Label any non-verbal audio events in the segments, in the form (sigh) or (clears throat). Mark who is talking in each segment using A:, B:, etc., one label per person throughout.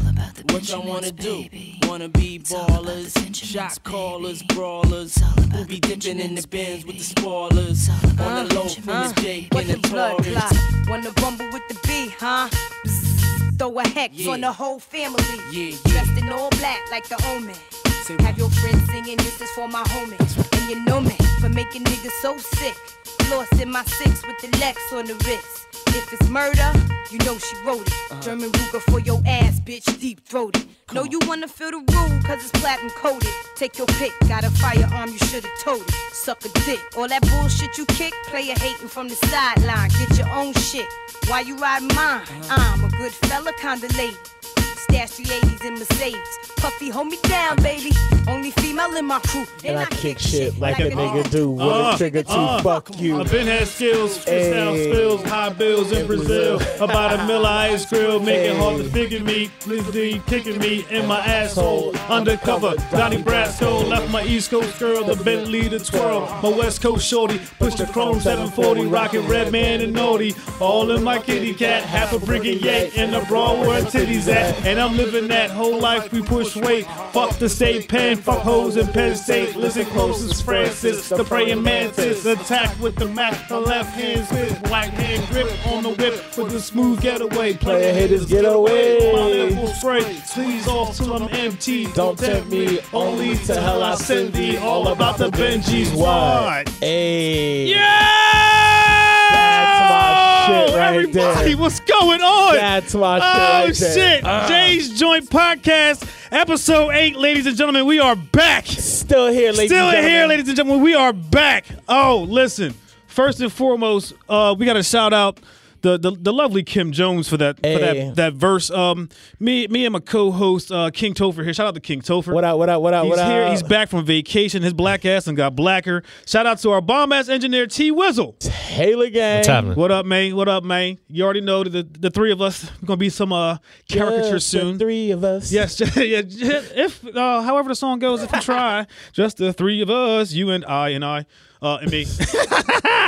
A: the
B: What y'all wanna
A: Benjamins,
B: do?
A: baby.
B: Wanna be
A: It's all about the
B: ballers,
A: Benjamins,
B: shot callers,
A: baby.
B: brawlers.
A: It's all about
B: We'll be
A: the
B: dipping in
A: Benjamins,
B: the bins with
A: baby.
B: the
A: It's
B: spoilers.
A: all
B: On
A: about
B: the
A: the
B: low from the
A: Benjamins,
B: Jake
C: What
B: and
C: the
B: the
C: blood clot?
B: Taurus.
C: Wanna rumble with the B, huh? Bzz, Throw a hex
B: Yeah.
C: on the whole family.
B: Yeah, yeah.
C: Dressed in all black like the omen.
B: Say
C: Have
B: what?
C: your friends singing, this is for my homies. And you know me for making niggas so sick. Lost in my six with the Lex on the wrist. If it's murder, you know she wrote it.
B: Uh-huh.
C: German Ruger for your ass, bitch, deep throated. Know you wanna feel the rule, cause it's platinum coated. Take your pick, got a firearm, you should've told it. Suck a dick. All that bullshit you kick, player hating from the sideline. Get your own shit. Why you ride mine?
B: Uh-huh.
C: I'm a good fella, kinda lady. Stash 380s in Mercedes. Puffy, hold me down, baby. Only female in my crew.
D: And I kick shit like a nigga do with
E: Uh,
D: a trigger to
E: uh,
D: fuck you.
E: I've been had skills, freestyle
D: Hey.
E: spills, high bills in Brazil. About (laughs) a mill I ice grill, make it hard to
D: Hey.
E: figure me. Please be kicking me in my asshole. Undercover, Donnie Brasco left my East Coast girl, the Bentley to twirl. My West Coast shorty pushed the chrome 740, rocking red man and naughty. All in my kitty cat, half a brigadier in the broad where titties at. And I'm living that whole life we push weight. Fuck the state pen, fuck hoes in Penn State. Listen close as Francis, the praying mantis. Attack with the Mac, the left hand spit. Black hand grip on the whip with the smooth getaway.
D: Player haters get away.
E: My level spray, squeeze off till I'm empty.
D: Don't tempt me, only to hell I send thee. All about the Benjis,
E: Why?
D: why? Hey.
E: Yeah!
D: That's my shit right
E: Everybody,
D: there.
E: what's going on?
D: That's my shit
E: Oh
D: right there.
E: shit! Jay's Joint Podcast, episode eight, ladies and gentlemen. We are back.
D: Still here, ladies.
E: Still
D: and
E: here,
D: gentlemen.
E: ladies and gentlemen. We are back. Oh, listen. First and foremost, uh, we got to shout out the, the the lovely Kim Jones for that for
D: Hey.
E: that that verse. Um, me me and my co-host uh, King Topher here. Shout out to King Topher.
D: What up? What up? What up?
E: He's
D: what up?
E: here. He's back from vacation. His black ass and got blacker. Shout out to our bomb ass engineer T Wizzle.
D: Hail again.
F: What's happening?
E: What up, man? What up, man? You already know the the three of us gonna be some uh caricature
D: Just the
E: soon.
D: Three of us. (laughs)
E: Yes, (laughs) yeah, j- if uh, however the song goes, if you try, just the three of us, you and I and I uh, and me (laughs)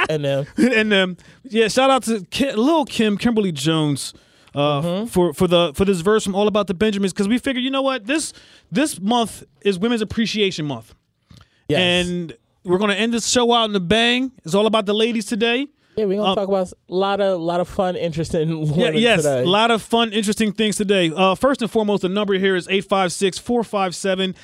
D: And them.
E: and um, yeah, shout out to Ki- Lil Kim, Kimberly Jones. Uh, for for the for this verse from All About the Benjamins because we figured you know what this this month is Women's Appreciation Month
D: Yes.
E: and we're gonna end this show out in a bang. It's all about the ladies today.
D: yeah, we're gonna
E: um,
D: talk about a lot of lot of fun, interesting (laughs)
E: Yeah,
D: women
E: yes,
D: today.
E: a lot of fun, interesting things today. Uh, first and foremost, the number here is 856 457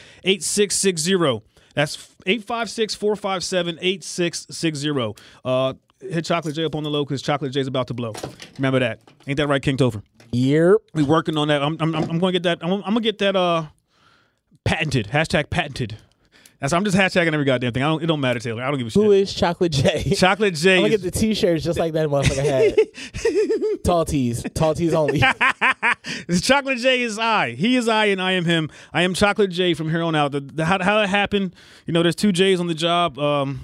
E: 8660. That's 856 457 8660. Uh, Hit Chocolate J up on the low because Chocolate J's about to blow. Remember that. Ain't that right, King Topher? (laughs)
D: Yep.
E: We working on that. I'm, I'm, I'm going to get that. I'm, I'm going to get that uh, patented. Hashtag patented. That's, I'm just hashtagging every goddamn thing. I don't, it don't matter, Taylor. I don't give a shit.
D: Who is Chocolate J? (laughs)
E: Chocolate J.
D: I'm gonna
E: is-
D: get the t-shirts just like that motherfucker had.
E: (laughs)
D: tall tees, tall tees only. (laughs)
E: It's Chocolate J is I. He is I, and I am him. I am Chocolate J from here on out. The, the, how, how it happened, you know, there's two J's on the job. Um,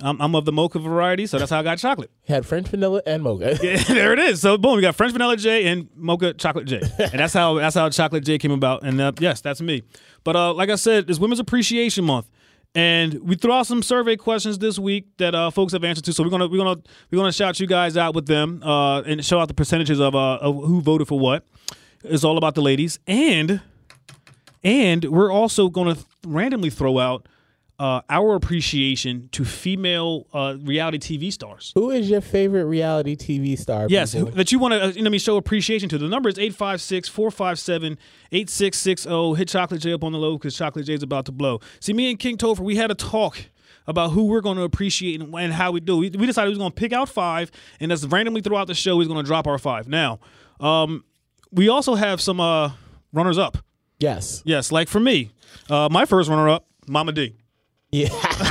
E: I'm, I'm of the mocha variety, so that's how I got chocolate.
D: had French vanilla and mocha.
E: (laughs) there it is. So boom, we got French vanilla J and mocha chocolate J, and that's how that's how chocolate J came about. And uh, yes, that's me. But uh, like I said, it's Women's Appreciation Month, and we threw out some survey questions this week that uh, folks have answered to. So we're gonna we're gonna we're gonna shout you guys out with them uh, and show out the percentages of, uh, of who voted for what. It's all about the ladies, and and we're also gonna th- randomly throw out. Uh, our appreciation to female uh, reality TV stars.
D: Who is your favorite reality TV star?
E: Yes,
D: people?
E: who- that you want to uh, you know, I mean, show appreciation to. The number is 856 457 8660. oh. Hit Chocolate J up on the low because Chocolate J is about to blow. See, me and King Topher, we had a talk about who we're going to appreciate and, and how we do. We, we decided we was going to pick out five, and that's randomly throughout the show, he's going to drop our five. Now, um, we also have some uh, runners up. (laughs)
D: Yes.
E: Yes, like for me, uh, my first runner up, Mama D. (laughs)
D: Yeah.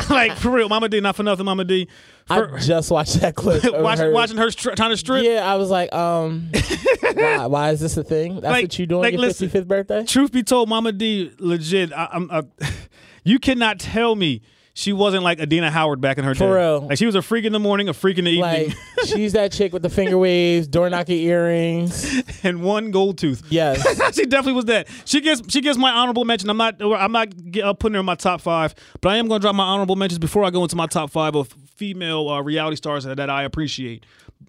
E: like for real, Mama D, not for nothing, Mama D.
D: I just watched that
E: (laughs)
D: clip. of
E: Watching,
D: her.
E: watching her str- trying to strip.
D: Yeah, I was like, um,
E: (laughs)
D: why, why is this a thing? That's
E: Like-
D: what you doing
E: like,
D: your
E: listen.
D: 55th birthday?
E: truth be told, Mama D legit. I, I'm. I, (laughs) you cannot tell me she wasn't like Adina Howard back in her day.
D: For real.
E: Like she was a freak in the morning, a freak in the evening,
D: Like, she's that chick with the finger waves, door knocking earrings.
E: (laughs) and one gold tooth.
D: Yes.
E: (laughs) she definitely was that. She gets she gets my honorable mention. I'm not I'm not get, uh, putting her in my top five, but I am going to drop my honorable mentions before I go into my top five of female uh, reality stars that, that I appreciate.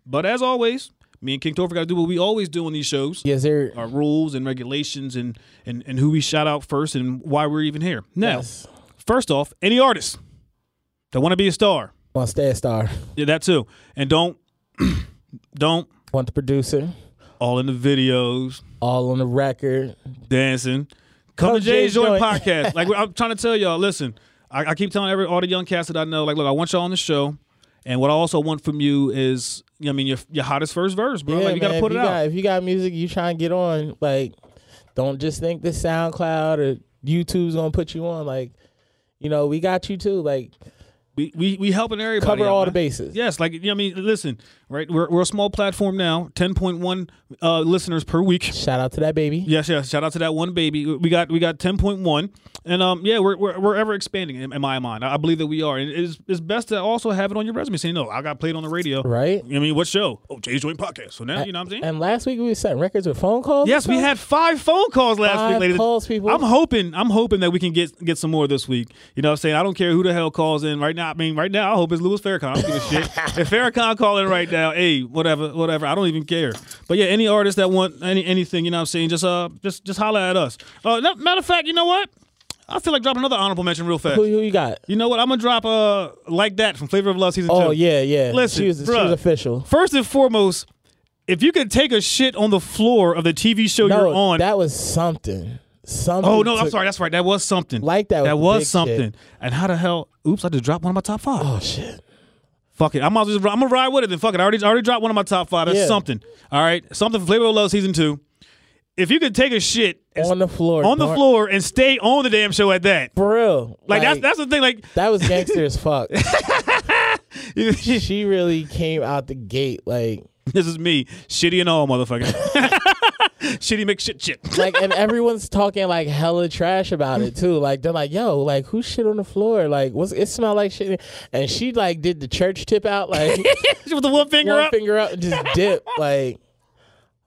E: But as always, Me and King Topher got to do what we always do on these shows.
D: Yes, sir.
E: Our rules and regulations and, and, and who we shout out first and why we're even here. Now,
D: Yes.
E: first off, any artist that want to be a star,
D: Want stat star.
E: yeah, that too. And don't, (clears throat) don't,
D: Want the producer.
E: all in the videos,
D: All on the record.
E: dancing. Come,
D: Come
E: to Jay's
D: Jay's
E: Joint
D: Joint.
E: podcast. like I'm trying to tell y'all, listen, I, I keep telling every all the young cats that I know, like, look, I want y'all on the show, and what I also want from you is, you know, I mean, your your hottest first verse, bro.
D: Yeah,
E: like you gotta
D: man,
E: put
D: if
E: it
D: you
E: out.
D: Got, if you got music, you trying to get on. Like, don't just think this SoundCloud or YouTube's gonna put you on. Like, you know, we got you too. Like,
E: we, we we helping everybody.
D: cover
E: out,
D: all
E: man.
D: the bases.
E: Yes, like you know, what I mean, listen, right? We're, we're a small platform now, ten point one uh, listeners per week.
D: Shout out to that baby.
E: Yes, yes. Shout out to that one baby. We got we got ten point one, and um, yeah, we're, we're we're ever expanding in, in my mind. I I believe that we are, and it's it's best to also have it on your resume. Saying no, I got played on the radio.
D: Right?
E: I mean, what show? Oh, Jay's Joint Podcast. So now you know what I'm saying.
D: Uh, And last week we were setting records with phone calls.
E: Yes, we had five phone calls last week,
D: Five
E: ladies.
D: calls, people.
E: I'm hoping, I'm hoping that we can get get some more this week. You know what I'm saying? I don't care who the hell calls in right now. I mean, right now, I hope it's Louis Farrakhan. I don't give
D: (laughs)
E: a shit. If Farrakhan calling right now, hey, whatever, whatever. I don't even care. But yeah, any artist that want any anything, you know what I'm saying? Just uh, just just holler at us. Uh, no- matter of fact, you know what? I feel like dropping another honorable mention real fast.
D: Who, who you got?
E: You know what? I'm gonna drop uh like that from Flavor of Love season two.
D: Oh yeah, yeah.
E: Listen,
D: she was, she
E: bruh.
D: was official.
E: First and foremost, if you could take a shit on the floor of the TV show
D: No,
E: you're on,
D: that was something. Something.
E: Oh no, I'm
D: took-
E: sorry. That's right. That was something.
D: Like that was
E: That
D: the
E: was
D: big
E: something.
D: shit.
E: And how the hell? Oops, I just dropped one of my top five.
D: Oh shit.
E: Fuck it. I'm just. I'm gonna ride with it. Then fuck it. I already I already dropped one of my top five. That's
D: Yeah.
E: something. All right. Something. for Flavor of Love season two. If you could take a shit and-
D: On the floor.
E: on the
D: darn-
E: floor and stay on the damn show at that.
D: For real.
E: Like, that's that's the thing. Like (laughs)
D: that was gangster as fuck. she really came out the gate like
E: this is me shitty and all motherfucker. (laughs) shitty make shit (laughs) shit.
D: like and everyone's talking like hella trash about it too. Like they're like, yo, like who shit on the floor? Like what's it smell like shit? And she like did the church tip out like
E: (laughs) With the one finger
D: one
E: up.
D: finger up and just
E: (laughs)
D: dip like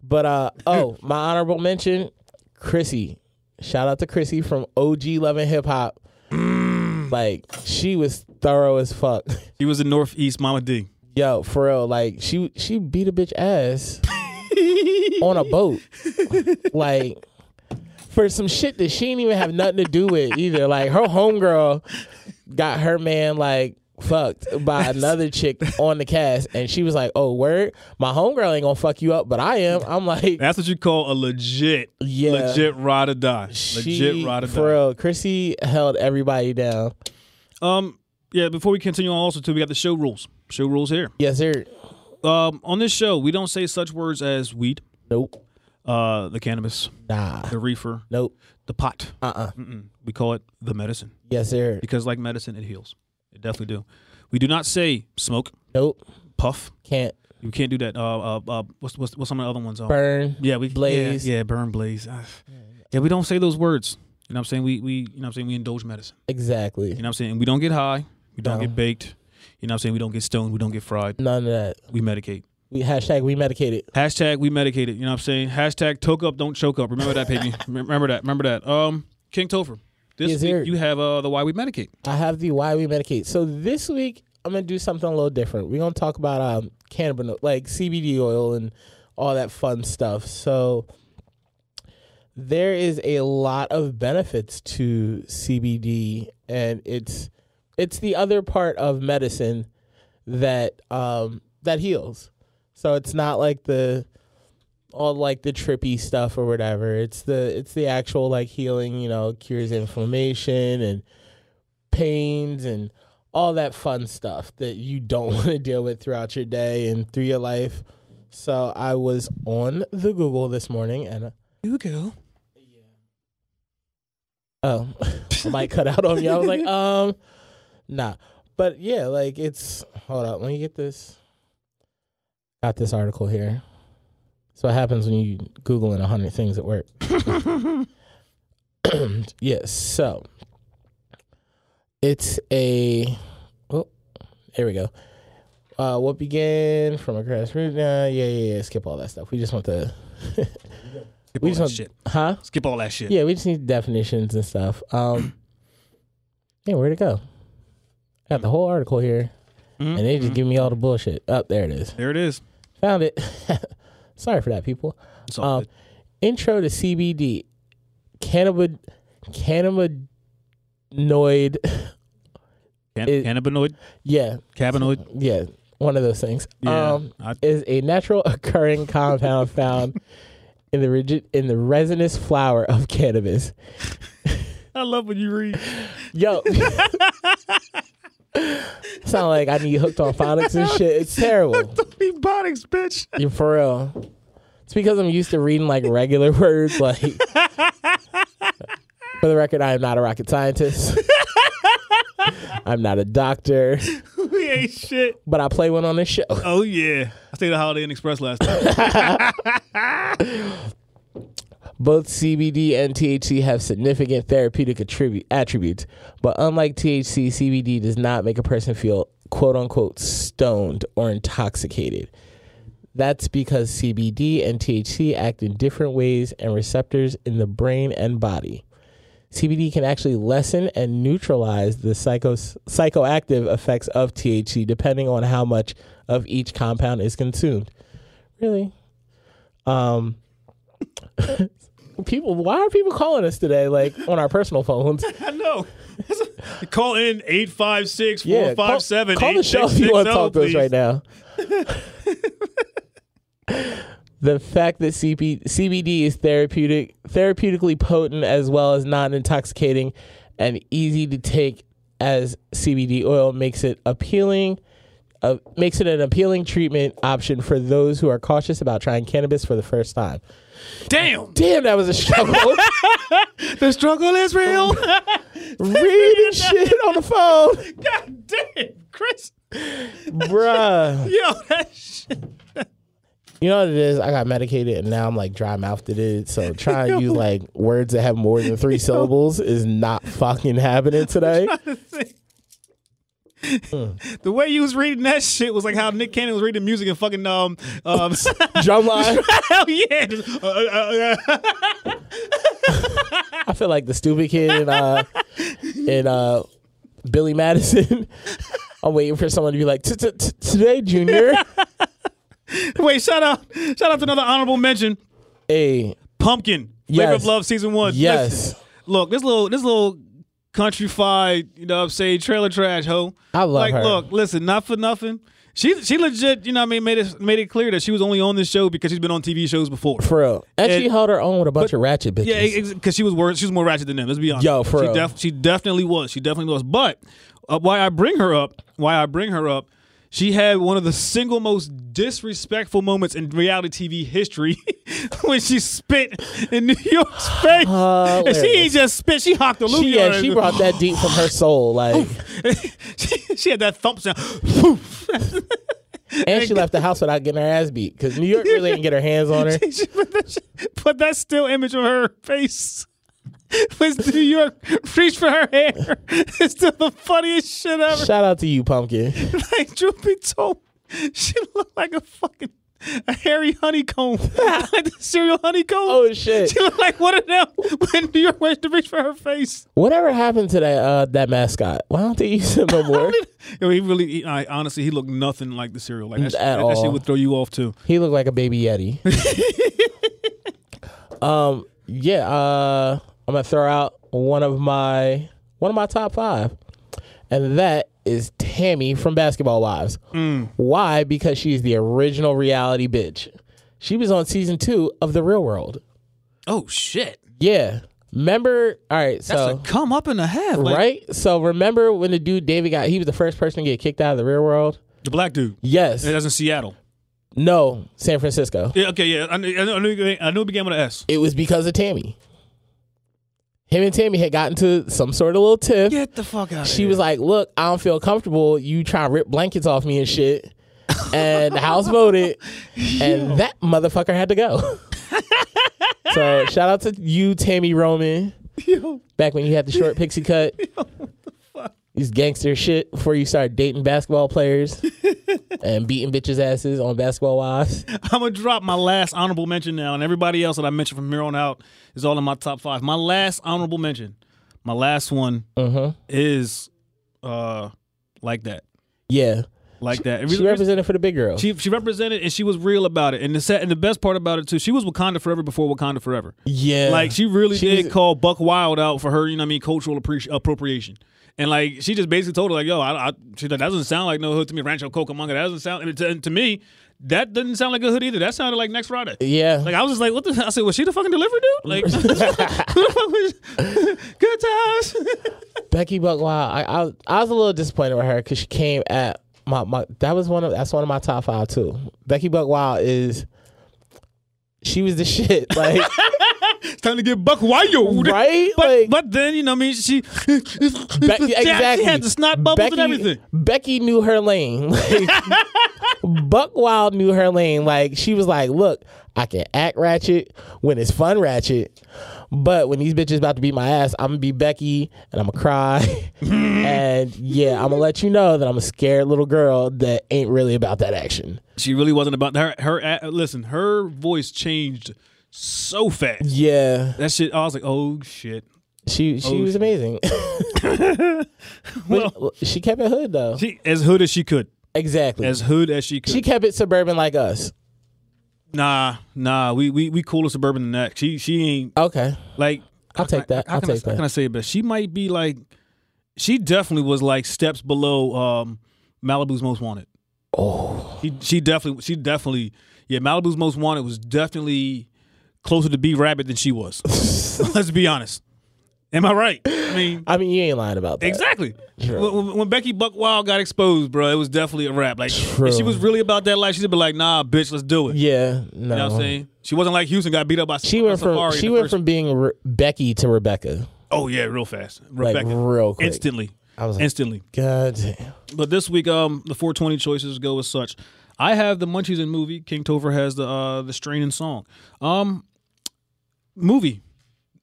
D: but uh oh my honorable mention chrissy shout out to chrissy from og loving hip hop
E: Mm.
D: like she was thorough as fuck (laughs)
E: He was in Northeast Mama D.
D: yo for real like she she beat a bitch ass on a boat like for some shit that she didn't even have nothing to do with either like her homegirl got her man like fucked by another chick on the cast and she was like oh word my homegirl ain't gonna fuck you up but i am i'm like
E: That's what you call a legit,
D: Yeah.
E: legit ride or die.
D: she,
E: legit ride or die.
D: for real chrissy held everybody down
E: Um, yeah. Before we continue on, also too, we got the show rules. Show rules here.
D: yes sir
E: Um, on this show, we don't say such words as weed,
D: nope
E: uh, the cannabis,
D: nah
E: the reefer,
D: nope
E: the pot.
D: uh-uh
E: We call it the medicine
D: yes sir
E: because, like medicine, it heals. It definitely do. We do not say smoke,
D: nope
E: puff.
D: can't
E: You can't do that. Uh, uh, uh what's what's what's some of the other ones? Uh,
D: burn
E: Yeah, we
D: blaze.
E: Yeah, yeah burn, blaze. Ah. Yeah, we don't say those words. You know what I'm saying? We we you know what I'm saying we indulge medicine.
D: exactly
E: You know what I'm saying? We don't get high. We don't
D: No.
E: get baked. You know what I'm saying? We don't get stoned. We don't get fried.
D: none of that
E: We medicate.
D: we hashtag we medicated
E: Hashtag we medicated. You know what I'm saying? Hashtag toke up, don't choke up. Remember that, (laughs) baby. Remember that. Remember that. Um, King Topher. This
D: Yes,
E: week
D: sir.
E: you have uh the why we medicate.
D: I have the why we medicate. So this week I'm gonna do something a little different. We're gonna talk about um cannabis, like CBD oil and all that fun stuff. So there is a lot of benefits to CBD, and it's it's the other part of medicine that um that heals. So it's not like the all like the trippy stuff or whatever. It's the it's the actual like healing, you know, cures inflammation and pains and all that fun stuff that you don't (laughs) want to deal with throughout your day and through your life. So I was on the Google this morning and uh,
E: You go.
D: oh, (laughs) I might cut out on you. I was like, um, nah. But yeah, like it's hold up, let me get this. Got this article here. So what happens when you googling a hundred things at work? (clears throat) yes. So it's a. Oh, here we go. Uh, what began from a grassroots? Nah, yeah, yeah, yeah. Skip all that stuff. We just want the. (laughs)
E: Skip
D: We just
E: all that
D: want
E: shit.
D: huh?
E: Skip all that shit.
D: Yeah, we just need definitions and stuff. Um, (clears throat) yeah, where'd it go? Got the whole article here,
E: Mhm.
D: and they just give me all the bullshit. Up there it Oh, (laughs) is.
E: There it is.
D: Found it. Sorry for that, people.
E: It's all
D: Um,
E: good.
D: intro to CBD, cannabid, cannabinoid.
E: Can-
D: it-
E: cannabinoid,
D: (laughs) Yeah,
E: cannabinoid.
D: yeah, one of those things.
E: Yeah,
D: Um,
E: I-
D: is a natural (laughs) occurring compound found in the rigid in the resinous flower of cannabis.
E: I love when you (laughs) read.
D: Yo. (laughs) Sound like I need hooked on phonics and shit. It's terrible.
E: Ebotics, bitch.
D: Yeah, for real. It's because I'm used to reading like regular (laughs) words. Like, for the record, I am not a rocket scientist. (laughs) I'm not a doctor,
E: (laughs) we ain't shit.
D: but I play one on this show.
E: Oh yeah, I stayed at Holiday Inn Express last time.
D: Both CBD and THC have significant therapeutic attribute, attributes, but unlike THC, CBD does not make a person feel quote unquote stoned or intoxicated. That's because CBD and THC act in different ways and receptors in the brain and body. CBD can actually lessen and neutralize the psychos- psychoactive effects of THC depending on how much of each compound is consumed. Really? Um, people, why are people calling us today, like on our personal phones?
E: (laughs) I know. (laughs) Call in
D: (laughs)
E: 856
D: Yeah, call,
E: 457
D: call the show if you want to talk to us right now. the fact that CP, CBD is therapeutic, therapeutically potent as well as non-intoxicating and easy to take as CBD oil makes it appealing. Uh, makes it an appealing treatment option for those who are cautious about trying cannabis for the first time.
E: Damn,
D: Damn, that was a (laughs) struggle.
E: the struggle is real.
D: (laughs) Reading shit on the phone,
E: God damn, Chris.
D: bruh.
E: Yo, that shit.
D: You know what it is? I got medicated and now I'm like dry mouthed it is. So
E: (laughs)
D: trying to use like words that have more than three syllables is not fucking happening today.
E: The way you was reading that shit was like how Nick Cannon was reading music and fucking um um. (laughs)
D: Drumline.
E: hell yeah. Just, uh, uh, uh,
D: I feel like the stupid kid in uh in uh Billy Madison. (laughs) I'm waiting for someone to be like "T- t- t- today,
E: (laughs)
D: Junior.
E: Wait, shout out, shout out to another honorable mention.
D: Hey,
E: Pumpkin, Flavor
D: Yes.
E: of Love, season one.
D: yes,
E: Listen, look, this little, this little countryfied, you know, what I'm saying trailer trash hoe.
D: I love
E: like,
D: her.
E: look, listen, not for nothing. She, she legit, you know, what I mean, made it, made it clear that she was only on this show because she's been on TV shows before.
D: for real. And she
E: It-
D: held her own with a bunch of ratchet bitches.
E: Yeah, because she was worse. She was more ratchet than them. Let's be honest.
D: Yo, for
E: she,
D: real.
E: she definitely was. She definitely was. But uh, why I bring her up? Why I bring her up? She had one of the single most disrespectful moments in reality TV history (laughs) when she spit in New
D: (sighs)
E: York's face. and she ain't
D: Hilarious.
E: just spit; she hocked a loogie.
D: she, yeah, she brought
E: (laughs)
D: that deep from her soul, like,
E: she, she had that thump sound. (laughs)
D: and she left the house without getting her ass beat because New York really didn't get her hands on her.
E: (laughs) She put that, she put that still image of her face. (laughs) Was New York reached for her hair? (laughs) It's still the funniest shit ever. (laughs)
D: Shout out to you, Pumpkin.
E: like truth be told, she looked like a fucking a hairy honeycomb, (laughs) like the cereal honeycomb. (laughs)
D: Oh shit.
E: She looked like one of them (laughs) when New York went to reach for her face.
D: (laughs) Whatever happened to that uh, that mascot? Why don't they use (laughs) him no more?
E: Yo, he really, he, I, honestly, he looked nothing like the cereal. Like that, shit-
D: At
E: that, that shit
D: all.
E: would throw you off too.
D: he looked like a baby (laughs) yeti. um, yeah. Uh, I'm gonna throw out one of my one of my top five, and that is Tammy from Basketball Wives. Why? Because she's the original reality bitch. She was on season two of The Real World.
E: Oh shit,
D: Yeah. Remember? All right. so
E: come up in the half,
D: right. So remember when the dude David got? He was the first person to get kicked out of the real world.
E: The black dude.
D: Yes.
E: That's in Seattle.
D: No, San Francisco.
E: Yeah, okay, yeah. I knew, I knew, I knew, I knew it began with an S.
D: It was because of Tammy. Him and Tammy had gotten to some sort of little tiff.
E: Get the fuck out.
D: She was like, "Look, I don't feel comfortable. You trying to rip blankets off me and shit." And the house voted, and that motherfucker had to go. so shout out to you, Tammy Roman. Back when you had the short pixie cut. These gangster shit before you start dating basketball players and beating bitches' asses on basketball wives.
E: I'm gonna drop my last honorable mention now, and everybody else that I mentioned from here on out is all in my top five. My last honorable mention, my
D: Uh-huh.
E: last one is uh like that,
D: Yeah.
E: like that. It
D: She
E: really-
D: represented for the big girl.
E: She she represented and she was real about it. And the set and the best part about it too, she was Wakanda forever before Wakanda forever.
D: yeah,
E: Like she really
D: She
E: did
D: was-
E: call Buck Wild out for her, you know what I mean, cultural appreci- appropriation. And like she just basically told her like, yo, I, I she like, that doesn't sound like no hood to me, Rancho Cucamonga. That doesn't sound and to, and to me, that doesn't sound like a hood either. That sounded like next Friday.
D: Yeah.
E: Like I was just like, what the? I said, was she the fucking delivery dude? Like, (laughs) who the fuck was- good times.
D: Becky Buck. Wow, I, I I was a little disappointed with her because she came at my, my that was one of that's one of my top five too. Becky Buck. Wow is she was the (laughs) shit.
E: (laughs)
D: Like
E: it's time to get Buck Wild.
D: Right?
E: But
D: Like-
E: but then you know, what I mean, (laughs) she
D: Becky,
E: Yeah,
D: exactly.
E: she had the snot bubbles
D: Becky,
E: and everything.
D: Becky knew her lane. (laughs) Like, Buck Wild knew her lane. Like she was like, "Look, I can act ratchet when it's fun ratchet, but when these bitches about to beat my ass, I'm gonna be Becky and I'm gonna
E: (laughs)
D: cry, and yeah, I'm gonna let you know that I'm a scared little girl that ain't really about that action."
E: She really wasn't about her. Her uh, listen, her voice changed so fast.
D: Yeah,
E: That shit, I was like, oh shit.
D: she she
E: Oh,
D: was
E: shit. (laughs)
D: amazing. But she kept it hood though.
E: She as hood as she could,
D: exactly.
E: as hood as she could.
D: she kept it suburban like us.
E: nah, nah, we we we cooler suburban than that. She she ain't
D: Okay.
E: like.
D: I'll take that.
E: How
D: I'll
E: can I-
D: take
E: how
D: that.
E: Can I say it best? She might be like, she definitely was like steps below um Malibu's Most Wanted. Oh, she she definitely she definitely yeah Malibu's Most Wanted was definitely closer to B Rabbit than
D: (laughs)
E: she was. Let's be honest. Am I right? I mean,
D: I mean, you ain't lying about that.
E: Exactly. When, when- when Becky Buckwild got exposed, bro, it was definitely a wrap. Like,
D: True.
E: if she was really about that life, she'd be like, "Nah, bitch, let's do it."
D: Yeah, no.
E: You know what I'm saying? She wasn't like Houston got beat up by
D: She went from
E: Safari in
D: she
E: the
D: went
E: first-
D: from being Re- Becky to Rebecca.
E: oh yeah, real fast, Rebecca,
D: real quick.
E: instantly,
D: I was like-
E: instantly.
D: God, damn.
E: But this week, um, the 420 choices go as such. I have the Munchies in movie. King Tover has the uh the strain and song. Um, movie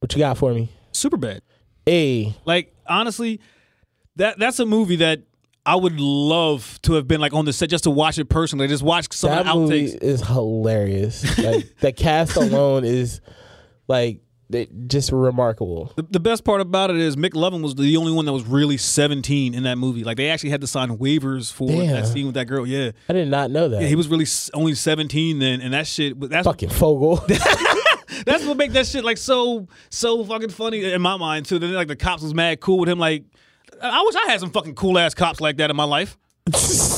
D: what you got for me?
E: super bad.
D: Hey,
E: Like honestly, that that's a movie that I would love to have been like on the set just to watch it personally. Just watch some of
D: that
E: the
D: movie
E: outtakes.
D: is hilarious. like
E: (laughs)
D: the cast alone is like they, just remarkable.
E: The, the best part about it is Mick Lovin was the only one that was really 17 in that movie. Like they actually had to sign waivers for
D: Damn.
E: that scene with that girl. Yeah.
D: I did not know that.
E: Yeah, he was really s- only 17 then, and that shit. but That's
D: fucking
E: (laughs)
D: Fogel.
E: that's what make that shit like so so fucking funny in my mind too. Then like the cops was mad cool with him. Like I I wish I had some fucking cool ass cops like that in
D: (laughs)
E: my life.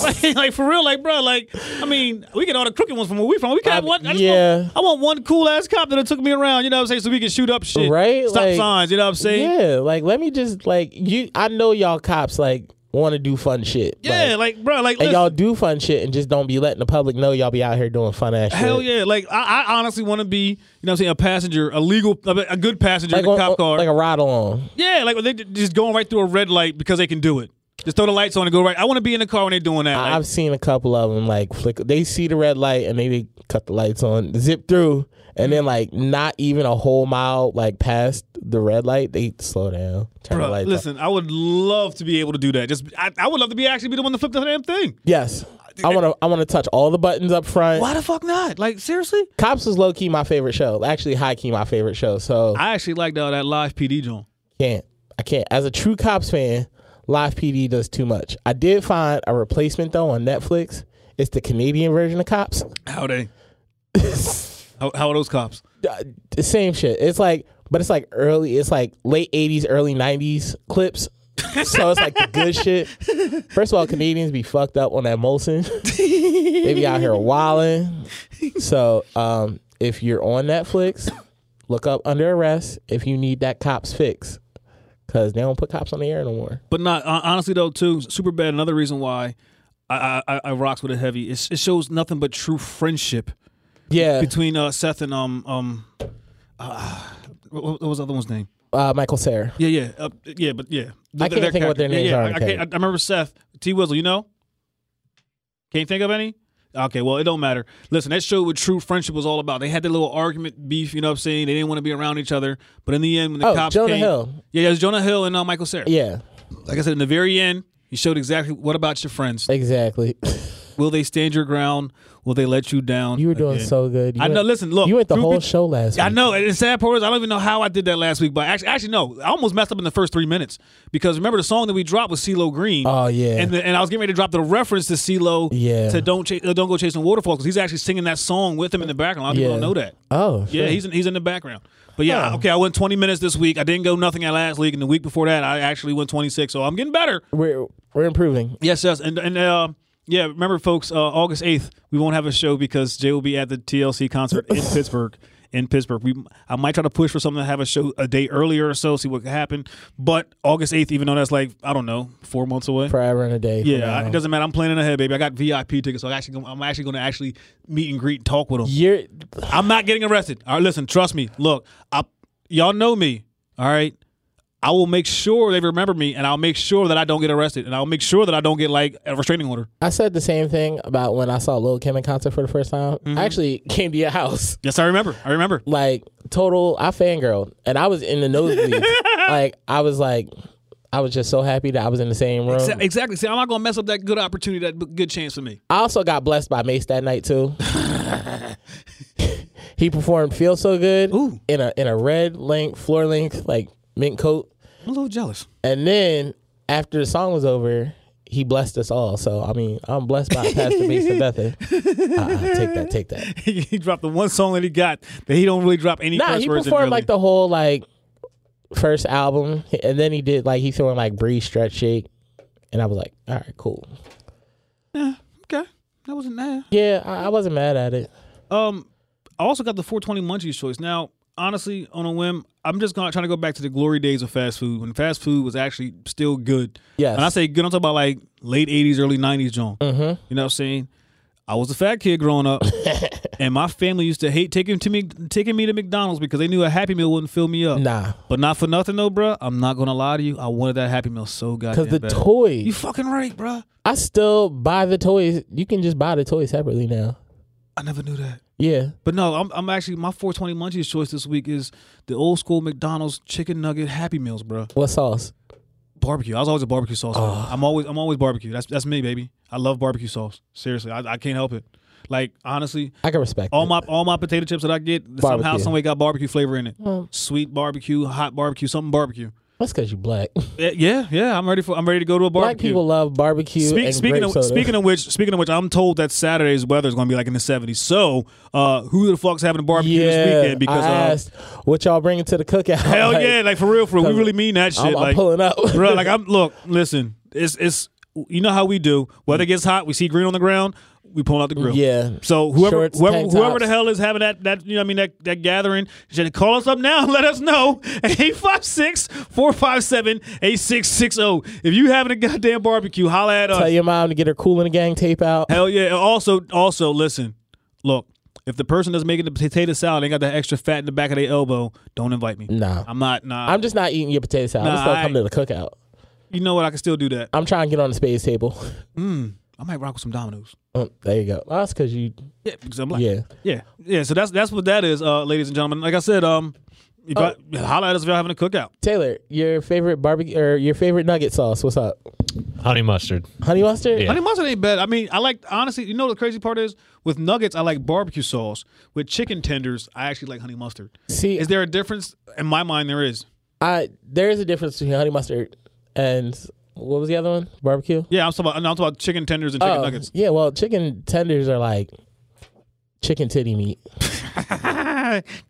E: like, like, for real, like bro, like I mean, we get all the crooked ones from where we from. We can have
D: I-
E: one. I just
D: yeah.
E: want, I want one cool ass cop that took me around. You know what I'm saying? So we can shoot up shit,
D: Right,
E: Stop
D: like-
E: signs. You know what I'm saying?
D: (laughs) yeah, like let me just like you. I know y'all cops like want to do fun shit.
E: Yeah,
D: like,
E: like, bro, like
D: and
E: listen,
D: y'all do fun shit and just don't be letting the public know y'all be out here doing fun ass shit.
E: hell yeah, like I, I honestly want to be, you know, what I'm saying a passenger, a legal, a, a good passenger
D: Like,
E: in a
D: on-
E: cop car,
D: like a ride along.
E: Yeah, like they just going right through a red light because they can do it. Just throw the lights on and go right. I want to be in the car when they're doing that.
D: I-
E: Like,
D: I've seen a couple of them like flick. They see the red light and they, they cut the lights on, zip through, and then like not even a whole mile like past the red light, they slow down, turn
E: bro,
D: the lights off.
E: listen, I would love to be able to do that. Just I, I would love to be actually be the one to flip the damn thing.
D: Yes, I want to. I want to touch all the buttons up front.
E: Why the fuck not? Like seriously,
D: Cops was low key my favorite show. Actually, high key my favorite show. So I
E: I actually liked uh, that live PD joint.
D: can't. I can't. As a true cops fan, Live PD does too much. I did find a replacement though on Netflix. It's the Canadian version of Cops. (laughs)
E: How they? how, how are those cops?
D: uh, the same shit. It's like, but it's like early. It's like late '80s, early '90s clips. so it's like the good shit. First of all, Canadians be fucked up on that Molson. they be out here wilding. So um, if you're on Netflix, look up Under Arrest if you need that cops fix, because they don't put cops on the air no more.
E: But not uh, honestly though too. Super bad. Another reason why. I, I, I- I rocks with it heavy. It's, it shows nothing but true friendship
D: Yeah,
E: between uh, Seth and um um, uh, what, what was the other one's name?
D: uh, Michael Sarah.
E: Yeah, yeah, uh, yeah, but yeah.
D: I can't think of what their
E: character-
D: names
E: yeah, yeah,
D: are
E: I-
D: in
E: I,
D: the
E: can't, I, I remember Seth T. Wizzle. You know, can't think of any. Okay, well, it don't matter. Listen, that showed what true friendship was all about. They had their little argument beef. You know what I'm saying? They didn't want to be around each other, but in the end, when the
D: Oh,
E: cops
D: Jonah
E: came,
D: Hill.
E: yeah, it was Jonah Hill and uh, Michael Sarah.
D: Yeah,
E: Like I said, in the very end, he showed exactly what about your friends.
D: exactly. (laughs)
E: Will they stand your ground? Will they let you down?
D: You were doing
E: again?
D: so good. You
E: I know.
D: went-
E: Listen, look,
D: you went the
E: Drew
D: whole
E: Be-
D: show last.
E: I
D: week.
E: know. And the sad part is, I don't even know how I did that last week. But actually, actually, no, I almost messed up in the first three minutes because remember the song that we dropped was CeeLo Green.
D: Oh, yeah.
E: and the, and I was getting ready to drop the reference to CeeLo.
D: Yeah.
E: to don't Cha- uh, don't go chasing waterfalls because he's actually singing that song with him in the background. A lot of people
D: Yeah.
E: don't know that.
D: Oh,
E: Yeah,
D: sure.
E: he's in, he's in the background. But yeah,
D: Huh.
E: okay, I went 20 minutes this week. I didn't go nothing at last week, and the week before that, I actually went 26. So I'm getting better.
D: We're we're improving.
E: Yes, yes, and and uh, yeah, remember, folks, uh, August eighth, we won't have a show because Jay will be at the TLC concert in Pittsburgh. In Pittsburgh, we I might try to push for something to have a show a day earlier or so, see what can happen. But August eighth, even though that's like I don't know, four months away.
D: Forever and a day. from
E: yeah,
D: now.
E: I- it doesn't matter. I'm planning ahead, baby. I got VIP tickets, so I actually gonna- I'm actually going to actually meet and greet and talk with them.
D: You're
E: I'm not getting arrested. All right, listen, trust me. Look, I, y'all know me. All right. I will make sure they remember me and I'll make sure that I don't get arrested and I'll make sure that I don't get like a restraining order.
D: I said the same thing about when I saw Lil Kim in concert for the first time.
E: Mm-hmm.
D: I actually (laughs) came to your house.
E: Yes, I remember. I remember.
D: Like total I fangirl. And I was in the
E: (laughs)
D: nosebleeds. like I was like I was just so happy that I was in the same room.
E: Exa- Exactly. See, I'm not going to mess up that good opportunity, that b- good chance for me.
D: I also got blessed by Mace that night
E: (laughs)
D: too. he performed Feel So Good
E: Ooh.
D: in a in a red length, floor length, like mint coat.
E: I'm a little jealous. (laughs)
D: And then after the song was over, he blessed us all. So I mean, I'm blessed by Pastor Mace to
E: (laughs)
D: nothing. Uh-uh, take that, take that.
E: he dropped the one song that he got that he don't really drop any
D: Nah,
E: curse
D: he
E: words in
D: performed
E: really.
D: like the whole like first album, and then he did like he threw in like breeze, stretch, shake, and I was like, all right, cool.
E: Okay. That wasn't that.
D: Yeah, I, I wasn't mad at it.
E: Um, I also got the 420 Munchies choice. Now, honestly, on a whim, I'm just gonna trying to go back to the glory days of fast food when fast food was actually still good.
D: Yes.
E: And I say good, I'm talking about like late 80s, early 90s, John. Mm-hmm. You know what I'm saying? I was a fat kid
D: (laughs)
E: growing up, and my family used to hate taking to me taking me to McDonald's because they knew a Happy Meal wouldn't fill me up.
D: Nah,
E: But not for nothing though, bruh. I'm not gonna lie to you. I wanted that Happy Meal so goddamn
D: because the
E: bad.
D: toy,
E: you fucking right, bruh.
D: I still buy the toys. You can just buy the toy separately now.
E: I never knew that.
D: Yeah,
E: But no, I'm, I'm actually my 420 munchies choice this week is the old school McDonald's chicken nugget Happy Meals, bro.
D: what sauce?
E: Barbecue. I was always a barbecue sauce. man. I'm always I'm always barbecue. That's that's me, baby. I love barbecue sauce. Seriously, I, I can't help it. Like honestly,
D: I can respect.
E: all
D: it.
E: my all my potato chips that I get somehow
D: Barbecue.
E: some way got barbecue flavor in it.
D: Well-
E: Sweet barbecue, hot barbecue, something barbecue.
D: That's because you black.
E: Eh, Yeah, yeah. I'm ready for I'm ready to go to a barbecue.
D: Black people love barbecue.
E: Speak,
D: and
E: speaking
D: grape
E: of
D: soda.
E: speaking of which, speaking of which, I'm told that Saturday's weather is going to be like in the 70s. So, uh, who the fuck's having a barbecue this
D: yeah,
E: weekend? Because
D: I
E: uh,
D: asked what y'all bringing to the cookout. (laughs)
E: Hell yeah, like for real, for real. We
D: Cause
E: really mean that shit.
D: I'm, I'm
E: like,
D: pulling up,
E: bro,
D: (laughs)
E: like I'm look, listen, it's it's you know how we do. Weather gets hot, we see green on the ground, we pulling out the grill.
D: Yeah.
E: So whoever
D: Shorts,
E: whoever
D: tank
E: whoever the
D: tops.
E: hell is having that that you know what I mean that that gathering, should call us up now and (laughs) let us know. 856-457-8660. oh. If you having a goddamn barbecue, holla at us.
D: Tell your mom to get her cool in the gang tape out.
E: Hell yeah. And Also, also listen, look. If the person that's making the potato salad ain't got that extra fat in the back of their elbow, don't invite me.
D: Nah.
E: I'm not. Nah,
D: I'm just not eating your potato salad. I'm
E: Nah,
D: still
E: I-
D: coming to the cookout.
E: you know what? I can still do that. Hmm.
D: I'm trying to get on the space table. (laughs)
E: I might rock with some Dominoes.
D: Oh, there you go. Oh, that's because you.
E: Yeah, because I'm black.
D: Yeah.
E: yeah, yeah. So that's that's what that is, uh, ladies and gentlemen. Like I said, um, if I, holla at us if y'all having a cookout.
D: Taylor, your favorite barbecue or your favorite nugget sauce? What's up?
A: Honey mustard.
D: Honey mustard?
A: Yeah.
E: Honey mustard ain't bad. I mean, I like honestly. You know the crazy part is with nuggets, I like barbecue sauce. With chicken tenders, I actually like honey mustard.
D: See,
E: Is there a difference? In my mind, there is.
D: I there is a difference between honey mustard and what was the other one? Barbecue.
E: Yeah, I'm talking about. no, I'm talking about chicken tenders and chicken
D: Oh,
E: nuggets.
D: Yeah. Well, chicken tenders are like chicken titty meat, (laughs)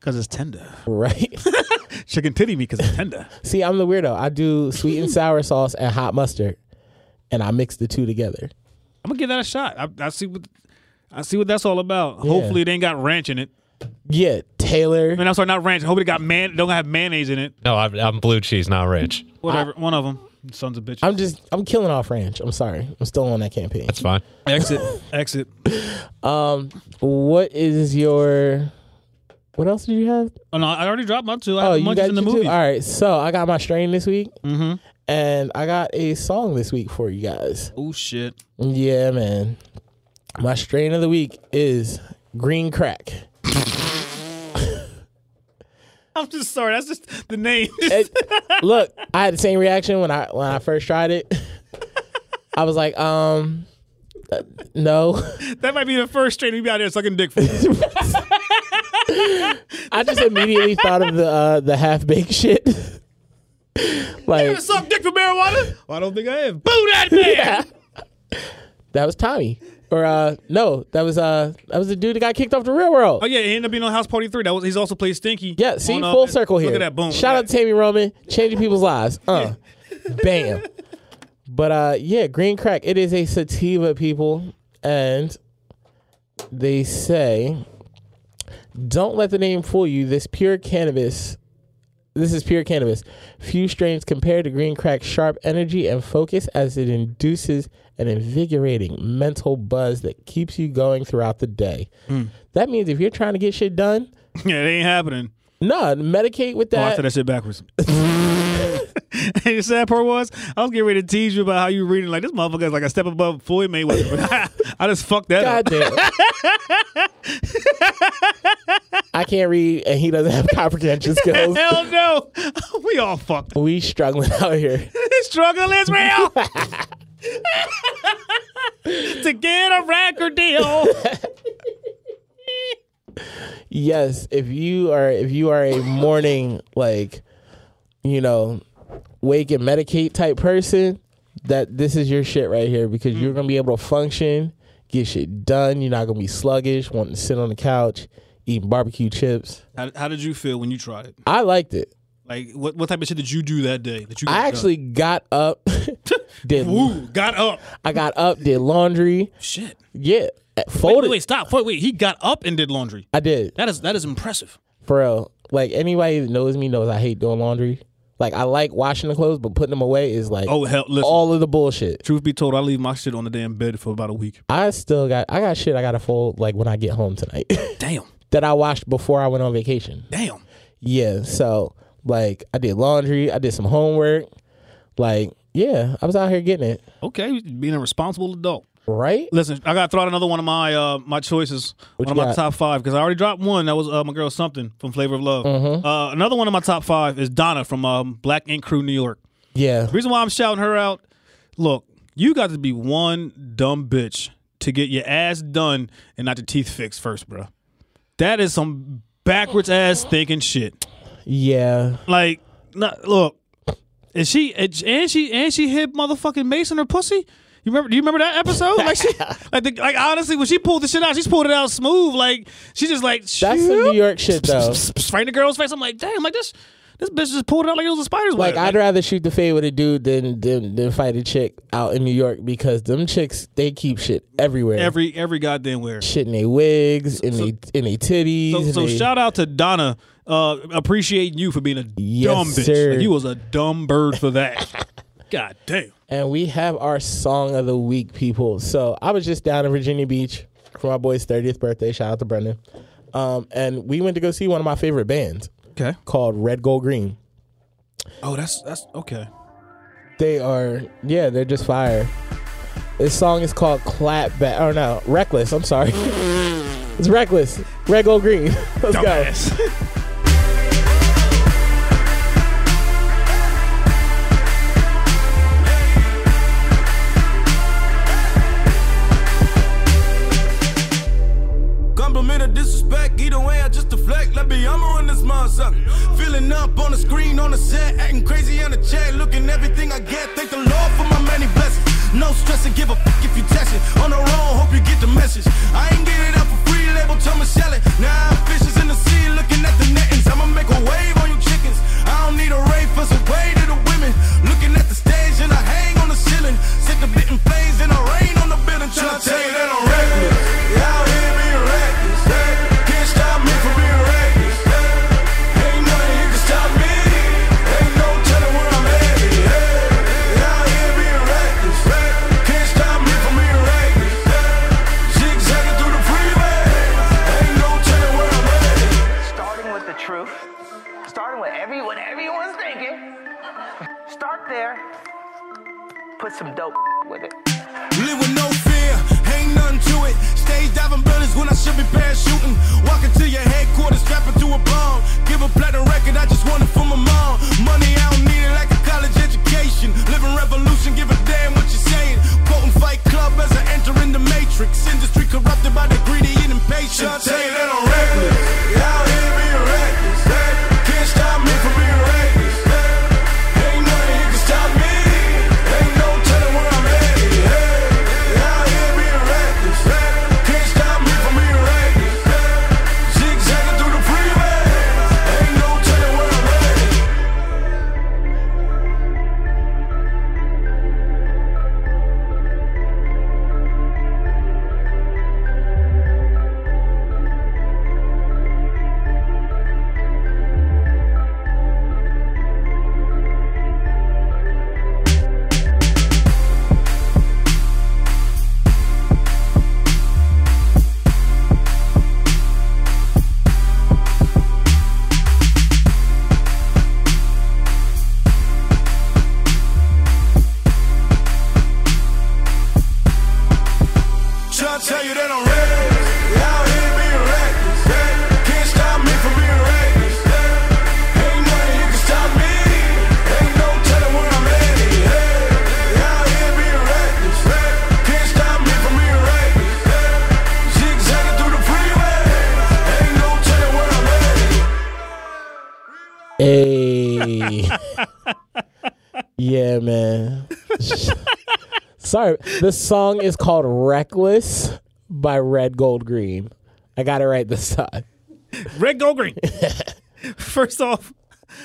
E: Cause it's tender.
D: right?
E: Chicken titty meat,
D: (laughs)
E: cause it's tender.
D: See, I'm the weirdo. I do sweet and sour sauce and hot mustard, and I mix the two together.
E: I'm gonna give that a shot. I, I see what. I see what that's all about. Hopefully, it ain't got ranch in it.
D: Yeah, Taylor.
E: I mean, I'm sorry, not ranch. Hopefully, it got man. Don't have mayonnaise in it.
A: No, I'm, I'm blue cheese, not ranch.
E: Whatever. one of them. Sons of bitches.
D: I'm just I'm killing off ranch. I'm sorry. I'm still on that campaign. Um,
A: It's fine.
E: exit. exit.
D: What is your? What else did you have?
E: Oh, no, I already dropped my two. I
D: Oh,
E: have
D: you
E: munchies
D: got
E: in the
D: you
E: movie. Mm-hmm.
D: Too? All right, so I got my strain this week, and I got a song this week for you guys.
E: Oh, shit.
D: Yeah, man. My strain of the week is green
E: (laughs)
D: crack.
E: I'm just sorry. That's just the name. (laughs)
D: It- look,
E: (laughs)
D: I had the same reaction when I when I first tried it. I was like, um, No, (laughs)
E: That might be the first strain we'd be out there sucking dick for.
D: I just immediately thought of the uh, the half baked shit. (laughs) like
E: Suck dick for marijuana? Well, I don't think I have. Boo that
D: (laughs)
E: man!
D: that was Tommy, or uh, no, that was uh, that was the dude that got kicked off the real world.
E: Oh yeah, he ended up being on House Party Three. That was he's also played Stinky.
D: Yeah, see,
E: on, uh,
D: full circle here.
E: Look at that boom.
D: Shout out to Tammy Roman, changing people's lives. Uh, (laughs) bam. But uh, yeah, green crack. It is a sativa, people, and they say, don't let the name fool you. This pure cannabis. This is pure cannabis. Few strains compare to green crack's sharp energy and focus as it induces an invigorating mental buzz that keeps you going throughout the day.
E: Hmm.
D: That means if you're trying to get shit done,
E: (laughs) Yeah, it ain't happening.
D: no, medicate with
E: Oh, I
D: that.
E: said that shit backwards. (laughs) And the sad part was, I was getting ready to tease you about how you were reading like this motherfucker is like a step above Floyd Mayweather. (laughs) But I just fucked that
D: God
E: up.
D: damn.
E: (laughs)
D: I can't read, and he doesn't have comprehension
E: (laughs)
D: skills.
E: Hell no, we all fucked.
D: We struggling out here.
E: This struggle is
D: (laughs)
E: real. (laughs) to get a record deal.
D: Yes, if you are if you are a morning like, you know, wake and medicate type person, that this is your shit right here because you're gonna be able to function, get shit done. You're not gonna be sluggish, wanting to sit on the couch, eating barbecue chips.
E: How, how did you feel when you tried it?
D: I liked it.
E: Like, what, what type of shit did you do that day? That you got
D: I actually got
E: (laughs)
D: up, (laughs) did
E: done? Woo, got up.
D: I got up, did laundry.
E: Shit.
D: Yeah,
E: Wait,
D: folded.
E: wait, stop. Wait, wait. He got up and did laundry.
D: I did.
E: That is that is impressive.
D: For real. Like anybody that knows me knows I hate doing laundry. Like I like washing the clothes, but putting them away is like
E: Oh hell, listen.
D: all of the bullshit.
E: truth be told, I leave my shit on the damn bed for about a week.
D: I still got I got shit I gotta fold like when I get home tonight (laughs)
E: Damn,
D: that I washed before I went on vacation.
E: damn.
D: Yeah. So like I did laundry, I did some homework. Like, yeah, I was out here getting it.
E: Okay, being a responsible adult.
D: Right?
E: Listen, I got to throw out another one of my uh, my choices,
D: What
E: one of
D: you
E: my
D: got?
E: top five because I already dropped one. That was uh, my girl something from Flavor of Love.
D: Mm-hmm.
E: Uh, another one of my top five is Donna from um, Black Ink Crew New York.
D: Yeah.
E: The reason why I'm shouting her out, look, you got to be one dumb bitch to get your ass done and not your teeth fixed first, bro. That is some backwards ass thinking shit.
D: Yeah.
E: Like, not, look, is she and she and she hit motherfucking Mason her pussy? You remember? Do you remember that episode?
D: (laughs)
E: Like she, like, the, like honestly, when she pulled the shit out, she's pulled it out smooth. Like she just like
D: That's some New York shit though.
E: (laughs) right in the girl's face. I'm like, damn, like this, this bitch just pulled it out like it was a spider's
D: Like
E: web.
D: I'd rather shoot the fade with a dude than, than than fight a chick out in New York because them chicks they keep shit everywhere.
E: every every goddamn where.
D: shit in their wigs, in
E: so-
D: they in their titties.
E: So,
D: in
E: so
D: they-
E: shout out to Donna. Uh, appreciating you for being a
D: Yes,
E: dumb bitch.
D: sir.
E: Like, you was a dumb bird
D: (laughs)
E: for that. God damn.
D: and we have our song of the week, people. So I was just down in Virginia Beach for my boy's thirtieth birthday. Shout out to Brendan. Um, and we went to go see one of my favorite bands
E: Okay.
D: called Red Gold Green.
E: Oh, that's that's okay.
D: They are yeah, they're just fire. This song is called Clap Back. Oh no, Reckless. I'm sorry. (laughs) it's Reckless. Red Gold Green. (laughs) Let's go.
E: Dumbass.
B: Compliment or disrespect, either way, I just deflect. Let me armor on this motherfucker. Feeling up on the screen, on the set, acting crazy on the chat, looking everything I get. Thank the Lord for my many blessings. No stress and give a fuck if you test it. On the road, hope you get the message. I ain't get it out for free, label tell me sell it. Now I'm fishes in the sea, looking at the nettings. I'ma make a wave on you chickens. I don't need a rave for some way to the women. Looking at the stage and I hang on the ceiling. Set the bitten flames and I rain on the building. Tryna tell you that I'm reckless. Yeah, out here being reckless. Can't stop me from being reckless. Ain't nothing here can stop me. Ain't no telling where I'm headed. Yeah, out here being reckless. Can't stop me from being reckless. Zigzagging through the freeway. Ain't no telling where I'm headed.
F: starting with the truth, starting with every what everyone's thinking. Start there. Put some dope with it.
B: Live with no fear, ain't nothing to it. Stage diving buildings when I should be parachuting. Walking to your headquarters, strapping to a bomb. Give a platinum record, I just want it for my mom. Money, I don't need it like a college education. Living revolution, give a damn what you're saying. Quoting Fight Club as I enter into
D: (laughs) yeah, man. (laughs) Sorry, the song is called "Reckless" by Red Gold Green. I got it right this (laughs) time.
E: Red Go Green. First off,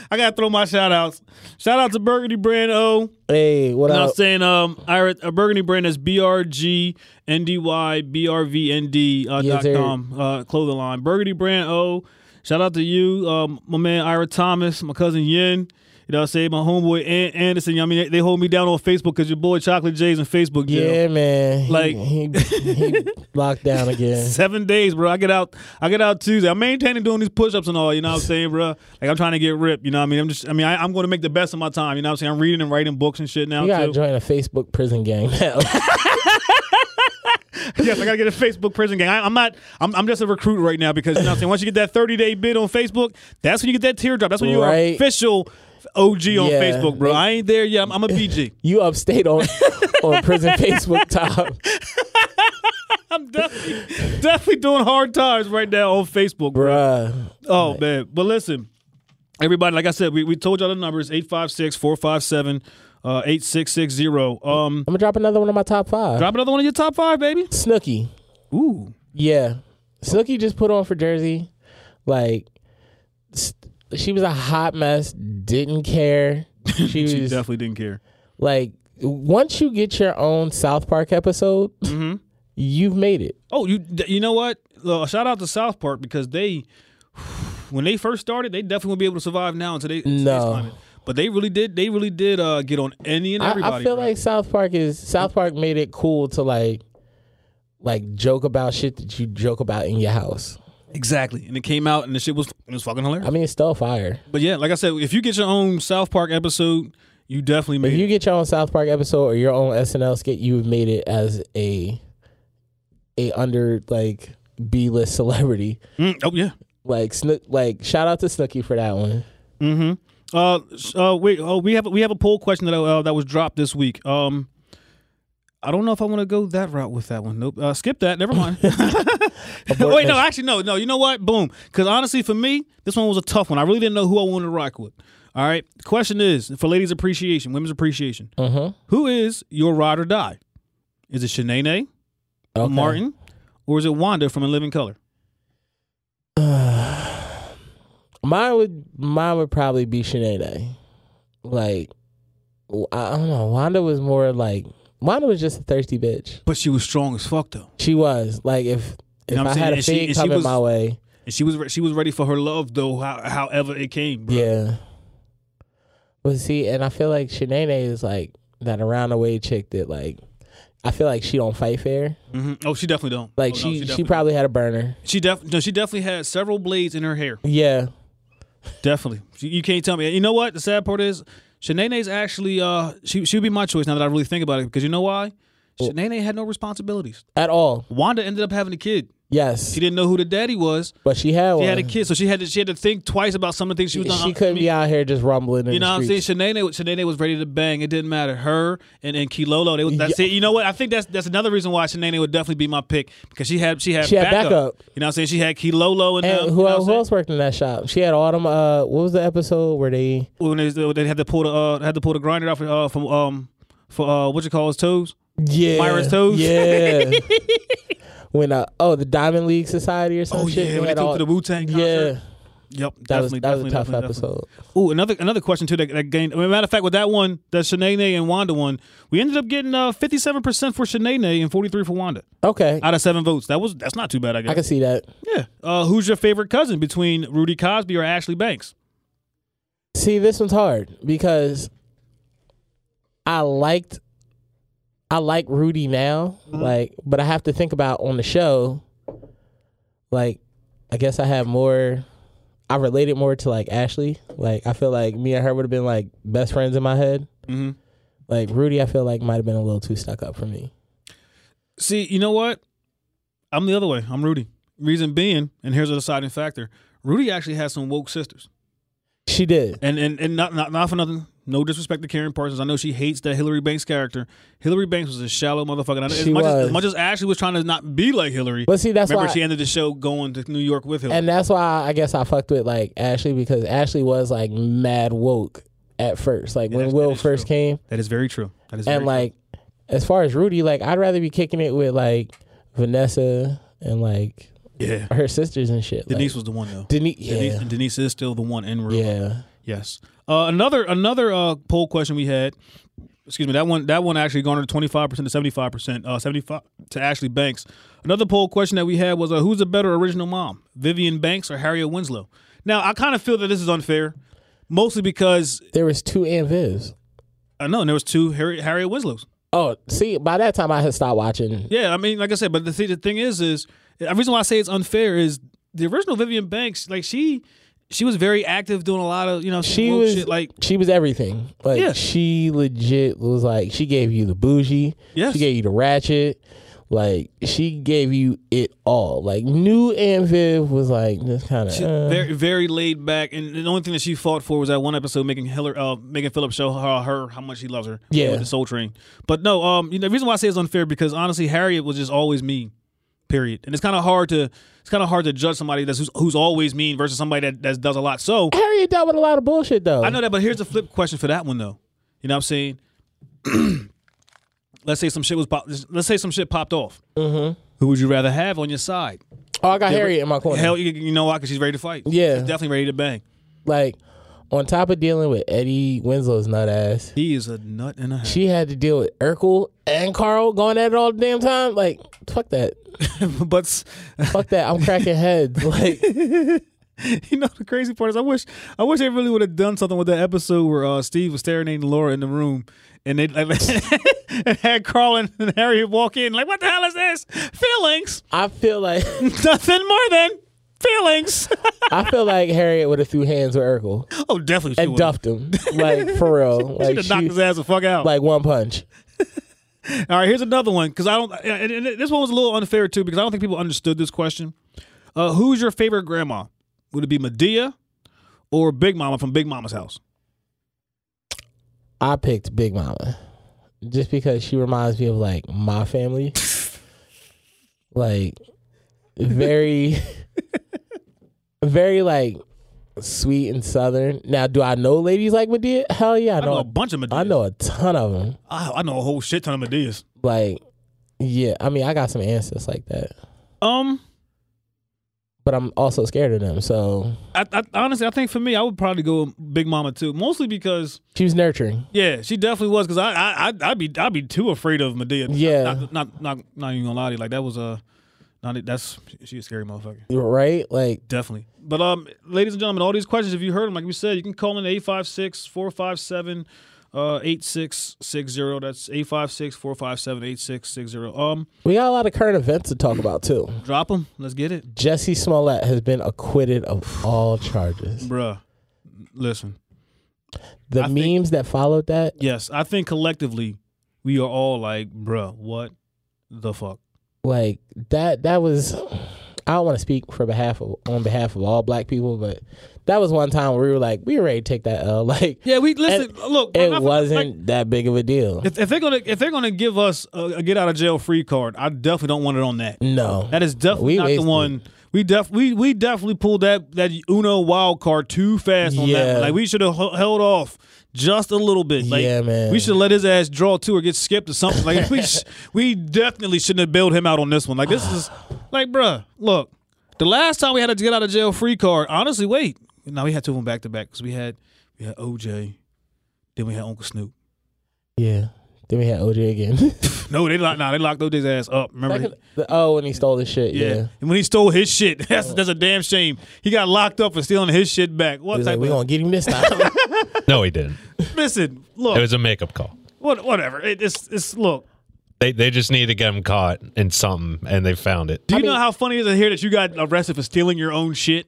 E: I gotta throw my shout outs. Shout out to Burgundy Brand O.
D: Hey, what
E: And I was
D: else?
E: saying, um, I, a Burgundy brand is B R G N D Y B R V N D uh,
D: Yes,
E: dot
D: sir.
E: com uh, clothing line. Burgundy brand O. Shout out to you, um, my man Ira Thomas, my cousin Yin. You know, what I say my homeboy An- Anderson. You know what I mean, they, they hold me down on Facebook because your boy Chocolate J's on Facebook. jail.
D: Yeah, man. He-
E: Like-
D: he,
E: (laughs)
D: he locked down again.
E: Seven days, bro. I get out. I get out Tuesday. I'm maintaining doing these push-ups and all. You know what I'm saying, bro? Like I'm trying to get ripped. You know what I mean? I'm just. I mean, I, I'm going to make the best of my time. You know what I'm saying? I'm reading and writing books and shit now
D: You gotta
E: too.
D: join a Facebook prison gang now.
E: yes, I gotta get a Facebook prison gang. I, I'm not. I'm, I'm just a recruit right now because you know what I'm saying. Once you get that 30 day bid on Facebook, that's when you get that teardrop. That's when you're
D: Right.
E: official OG on
D: Yeah.
E: Facebook, bro. I ain't there yet. I'm, I'm a
D: (laughs)
E: BG.
D: you upstate
E: (laughs)
D: on on prison Facebook top.
E: I'm definitely definitely doing hard times right now on Facebook, bro.
D: Bruh.
E: Oh man. But listen, everybody, like I said, we, we told y'all the numbers 856 457 uh, 8660. Um
D: I'm gonna drop another one of my top five.
E: drop another one of your top five, baby.
D: Snooky.
E: Ooh.
D: Yeah. Snooky just put on for Jersey. Like st- she was a hot mess, didn't
E: (laughs)
D: care. She
E: She
D: was
E: definitely didn't care.
D: like once you get your own South Park episode,
E: Mm-hmm.
D: you've made it.
E: Oh, you you know what? Uh, shout out to South Park because they when they first started, they definitely won't be able to survive now until they today's
D: No.
E: climate. But they really did. They really did uh, get on any and
D: I-
E: everybody.
D: I, feel
E: bro.
D: like South Park is South Park made it cool to like like joke about shit that you joke about in your house.
E: exactly, and it came out, and the shit was it was fucking hilarious.
D: I mean, it's still fire.
E: But yeah, like I said, if you get your own South Park episode, you definitely made
D: If you
E: it.
D: get your own South Park episode or your own SNL skit, you've made it as a a under like B list (laughs) celebrity.
E: Mm, oh yeah.
D: Like Snook, like shout out to Snooki for that
E: (laughs)
D: one.
E: Uh, s- uh, wait. Oh, we have we have a poll question that uh, that was dropped this week. Um, I don't know if I want to go that route with that one. Nope. Uh, skip that. Never
D: (laughs)
E: mind. Wait, no, actually, no, no. You know what? Boom. Because honestly, for me, this one was a tough one. I really didn't know who I wanted to rock with. All right. Question is for ladies' appreciation, women's appreciation.
D: Uh-huh.
E: Who is your ride or die? Is it Shanae,
D: Okay.
E: Martin, or is it Wanda from A Living Color?
D: Mine would mine would probably be Sinead. Like w- I I don't know. Wanda was more like Wanda was just a thirsty bitch.
E: But she was strong as fuck though,
D: She was like if if
E: You know what
D: I
E: I'm saying?
D: had a
E: And she-
D: fade
E: and she
D: coming
E: was-
D: my way,
E: and she was re- she was ready for her love though, how, however it came. Bro.
D: yeah. But see, and I feel like Sinead is like that around the way chick that like I feel like she don't fight fair.
E: hmm Oh, she definitely don't.
D: Like
E: Oh, no,
D: she she,
E: definitely-
D: probably had a burner.
E: she def no, she definitely had several blades in her hair.
D: Yeah.
E: Definitely. You you can't tell me. You know what? The sad part is, Shanae's actually uh she she would be my choice now that I really think about it because you know why? Shanae had no responsibilities.
D: At all.
E: Wanda ended up having a kid.
D: Yes.
E: She didn't know who the daddy was.
D: but she had
E: She
D: one.
E: had a kid, so she had to she had to think twice about some of the things she was.
D: She
E: done.
D: couldn't be out here just rumbling in
E: You
D: the
E: know what I'm saying?
D: streets.
E: Shanae, Shanae was ready to bang. It didn't matter. Her and, and Kilolo, they, was- that's it. You know what? I think that's that's another reason why Shanae would definitely be my pick because she had she had,
D: She had backup.
E: You know what I'm saying? She had Kilolo and,
D: And
E: them,
D: who,
E: you know
D: else,
E: what
D: who
E: I'm
D: else worked in that shop? She had all them. Uh, what was the episode where they?
E: when they, they had to pull the uh, had to pull the grinder out for, uh, from um for uh what you call his toes.
D: Yeah,
E: Myra's toes? (laughs)
D: Yeah. when uh, oh, the Diamond League Society or some
E: Oh
D: shit.
E: yeah,
D: they
E: when they
D: had
E: took
D: all-
E: to the Wu Tang.
D: Yeah,
E: Yep.
D: that was
E: definitely,
D: that was
E: definitely,
D: a tough
E: definitely,
D: episode.
E: Oh, another another question too that, that gained. I mean, matter of fact, with that one, that Shanae and Wanda one, we ended up getting uh fifty seven percent for Shanae and forty three for Wanda
D: Okay, I,
E: out of seven votes. That was that's not too bad, I guess.
D: can see that.
E: yeah. Uh, who's your favorite cousin between Rudy Cosby or Ashley Banks?
D: See, this one's hard because I liked I like Rudy now,
E: Mm-hmm.
D: like, but I have to think about on the show. Like, I guess I have more. I related more to like Ashley. Like, I feel like me and her would have been like best friends in my head.
E: Mm-hmm.
D: Like Rudy, I feel like might have been a little too stuck up for me.
E: See, you know what? I'm the other way. I'm Rudy. Reason being, and here's a deciding factor: Rudy actually has some woke sisters.
D: She did.
E: And and and not not, not for nothing. No disrespect to Karen Parsons. I know she hates that Hillary Banks character. Hillary Banks was a shallow motherfucker. And I know, as,
D: She
E: much As,
D: was.
E: as much as Ashley was trying to not be like Hillary,
D: But see, that's
E: remember
D: why-
E: she ended the show going to New York with Hillary.
D: And that's why I guess I fucked with like Ashley because Ashley was like mad woke. at first, like when
E: that's-
D: Will
E: that is
D: first
E: true.
D: came.
E: That is very true. That is very
D: and like as far as Rudy, like I'd rather be kicking it with like Vanessa and like
E: true. yeah.
D: her sisters and shit.
E: Denise
D: like,
E: was the one though.
D: Denise,
E: Denise,
D: yeah,
E: Denise is still the one in real life.
D: yeah.
E: Yes. Uh, another another uh, poll question we had. Excuse me. That one that one actually garnered twenty five percent to seventy five percent. Seventy five to Ashley Banks. Another poll question that we had was, uh, who's a better original mom, Vivian Banks or Harriet Winslow? Now I kind of feel that this is unfair, mostly because
D: There was two Anvivs.
E: I know there was two Harriet, Harriet Winslows.
D: Oh, see, by that time I had stopped watching.
E: Yeah, I mean, like I said, but the, th- the thing is, is the reason why I say it's unfair is the original Vivian Banks, like she she was very active, doing a lot of you know
D: She
E: woke
D: was
E: shit, like
D: she was everything. Like
E: Yeah.
D: she legit was like she gave you the bougie.
E: Yes.
D: She gave you the ratchet. Like she gave you it all. Like new Anviv was like just uh, kind of
E: She's very very laid back, and the only thing that she fought for was that one episode making Hiller, uh, making Phillips show her, her how much he loves her.
D: Yeah.
E: with the Soul Train. But no, um, you know, the reason why I say it's unfair because honestly, Harriet was just always mean, period. And it's kind of hard to it's kind of hard to judge somebody that's who's, who's always mean versus somebody that, that does a lot. So
D: Harriet dealt with a lot of bullshit though.
E: I know that, but here's a flip question for that one though. You know what I'm saying? (clears throat) let's say some shit was pop, let's say some shit popped off. Mm-hmm. Who would you rather have on your side?
D: Oh, I got Harriet in my corner.
E: Hell, you, you know why? Because she's ready to fight.
D: Yeah.
E: she's definitely ready to bang.
D: like on top of dealing with Eddie Winslow's nut ass,
E: He is a nut and a half.
D: she had to deal with Urkel and Carl going at it all the damn time. Like, fuck that.
E: (laughs) but s-
D: Fuck that. I'm cracking heads. (laughs) Like
E: you know the crazy part is I wish I wish they really would have done something with that episode where uh, Steve was serenading Laura in the room and they (laughs) and had Carl and and Harriet walk in like what the hell is this feelings (laughs)
D: I feel like
E: nothing more than feelings (laughs)
D: I feel like Harriet would have threw hands with Urkel
E: oh definitely she
D: and
E: would've.
D: duffed him. Like for real.
E: (laughs) she
D: Like,
E: done knocked
D: she-
E: his ass the fuck out
D: like one punch.
E: all right here's another one because I don't and, and this one was a little unfair too because I don't think people understood this question uh, who's your favorite grandma would it be Medea or Big Mama from Big Mama's house
D: I picked Big Mama just because she reminds me of like my family. like very very like sweet and southern. Now, do I know ladies like Medea? Hell yeah, I
E: I know a
D: know.
E: bunch of Medeas
D: I know a ton of them.
E: I, I know a whole shit ton of Medeas.
D: Like yeah, I mean, I got some ancestors like that.
E: Um,
D: But I'm also scared of them. So,
E: I, I honestly, I think for me, I would probably go Big Mama too, mostly because
D: she was nurturing.
E: yeah, she definitely was. Because I, I, I'd, I'd be, I'd be too afraid of Medea.
D: Yeah.
E: not, not, not, not even gonna lie to you. Like that was a, not that's she a scary motherfucker.
D: Right? Like
E: Definitely. But um, ladies and gentlemen, all these questions, if you heard them, like we said, you can call in 856 457 uh, 8660. That's 856 457 8660. Um,
D: we got a lot of current events to talk about too.
E: drop them. Let's get it.
D: Jesse Smollett has been acquitted of all charges.
E: Bruh, listen.
D: The
E: I think-
D: memes that followed that,
E: Yes, I think collectively we are all like, bruh, what the fuck?
D: like that, that was. I don't want to speak for behalf of on behalf of all black people, but that was one time where we were like, we were ready to take that L. (laughs) Like,
E: Yeah, we listen.
D: And
E: look, I- I
D: it
E: feel
D: wasn't
E: like
D: that big of a deal.
E: if, if they're gonna if they're gonna give us a, a get out of jail free card, I definitely don't want it on that.
D: No,
E: That is definitely
D: We
E: not the
D: wasted.
E: one. We def we we definitely pulled that that Uno wild card too fast on that.
D: Yeah.
E: One. Like we should have h- held off just a little bit. Like,
D: Yeah, man.
E: We should let his ass draw two or get skipped or something. Like we
D: (laughs)
E: sh- we definitely shouldn't have bailed him out on this one. Like this is like, bruh, look. The last time we had a get out of jail free card, honestly, wait. No, we had two of them back to back because we had we had OJ, then we had Uncle Snoop.
D: yeah. Then we had OJ again. (laughs)
E: No, they locked. Nah, they locked OJ's ass up. Remember?
D: The- oh, and he stole the shit.
E: Yeah.
D: Yeah, He
E: And when he stole his shit, (laughs) that's that's a damn shame. He got locked up for stealing his shit back. What
D: was
E: type
D: like, we
E: of
D: gonna get
E: (laughs)
D: him this time.
A: No, he didn't.
E: listen? Look,
A: It was a makeup call.
E: what, whatever. It, it's it's look.
A: They they just needed to get him caught in something, and they found it.
E: Do you know how funny it is to hear that you got arrested for stealing your own shit?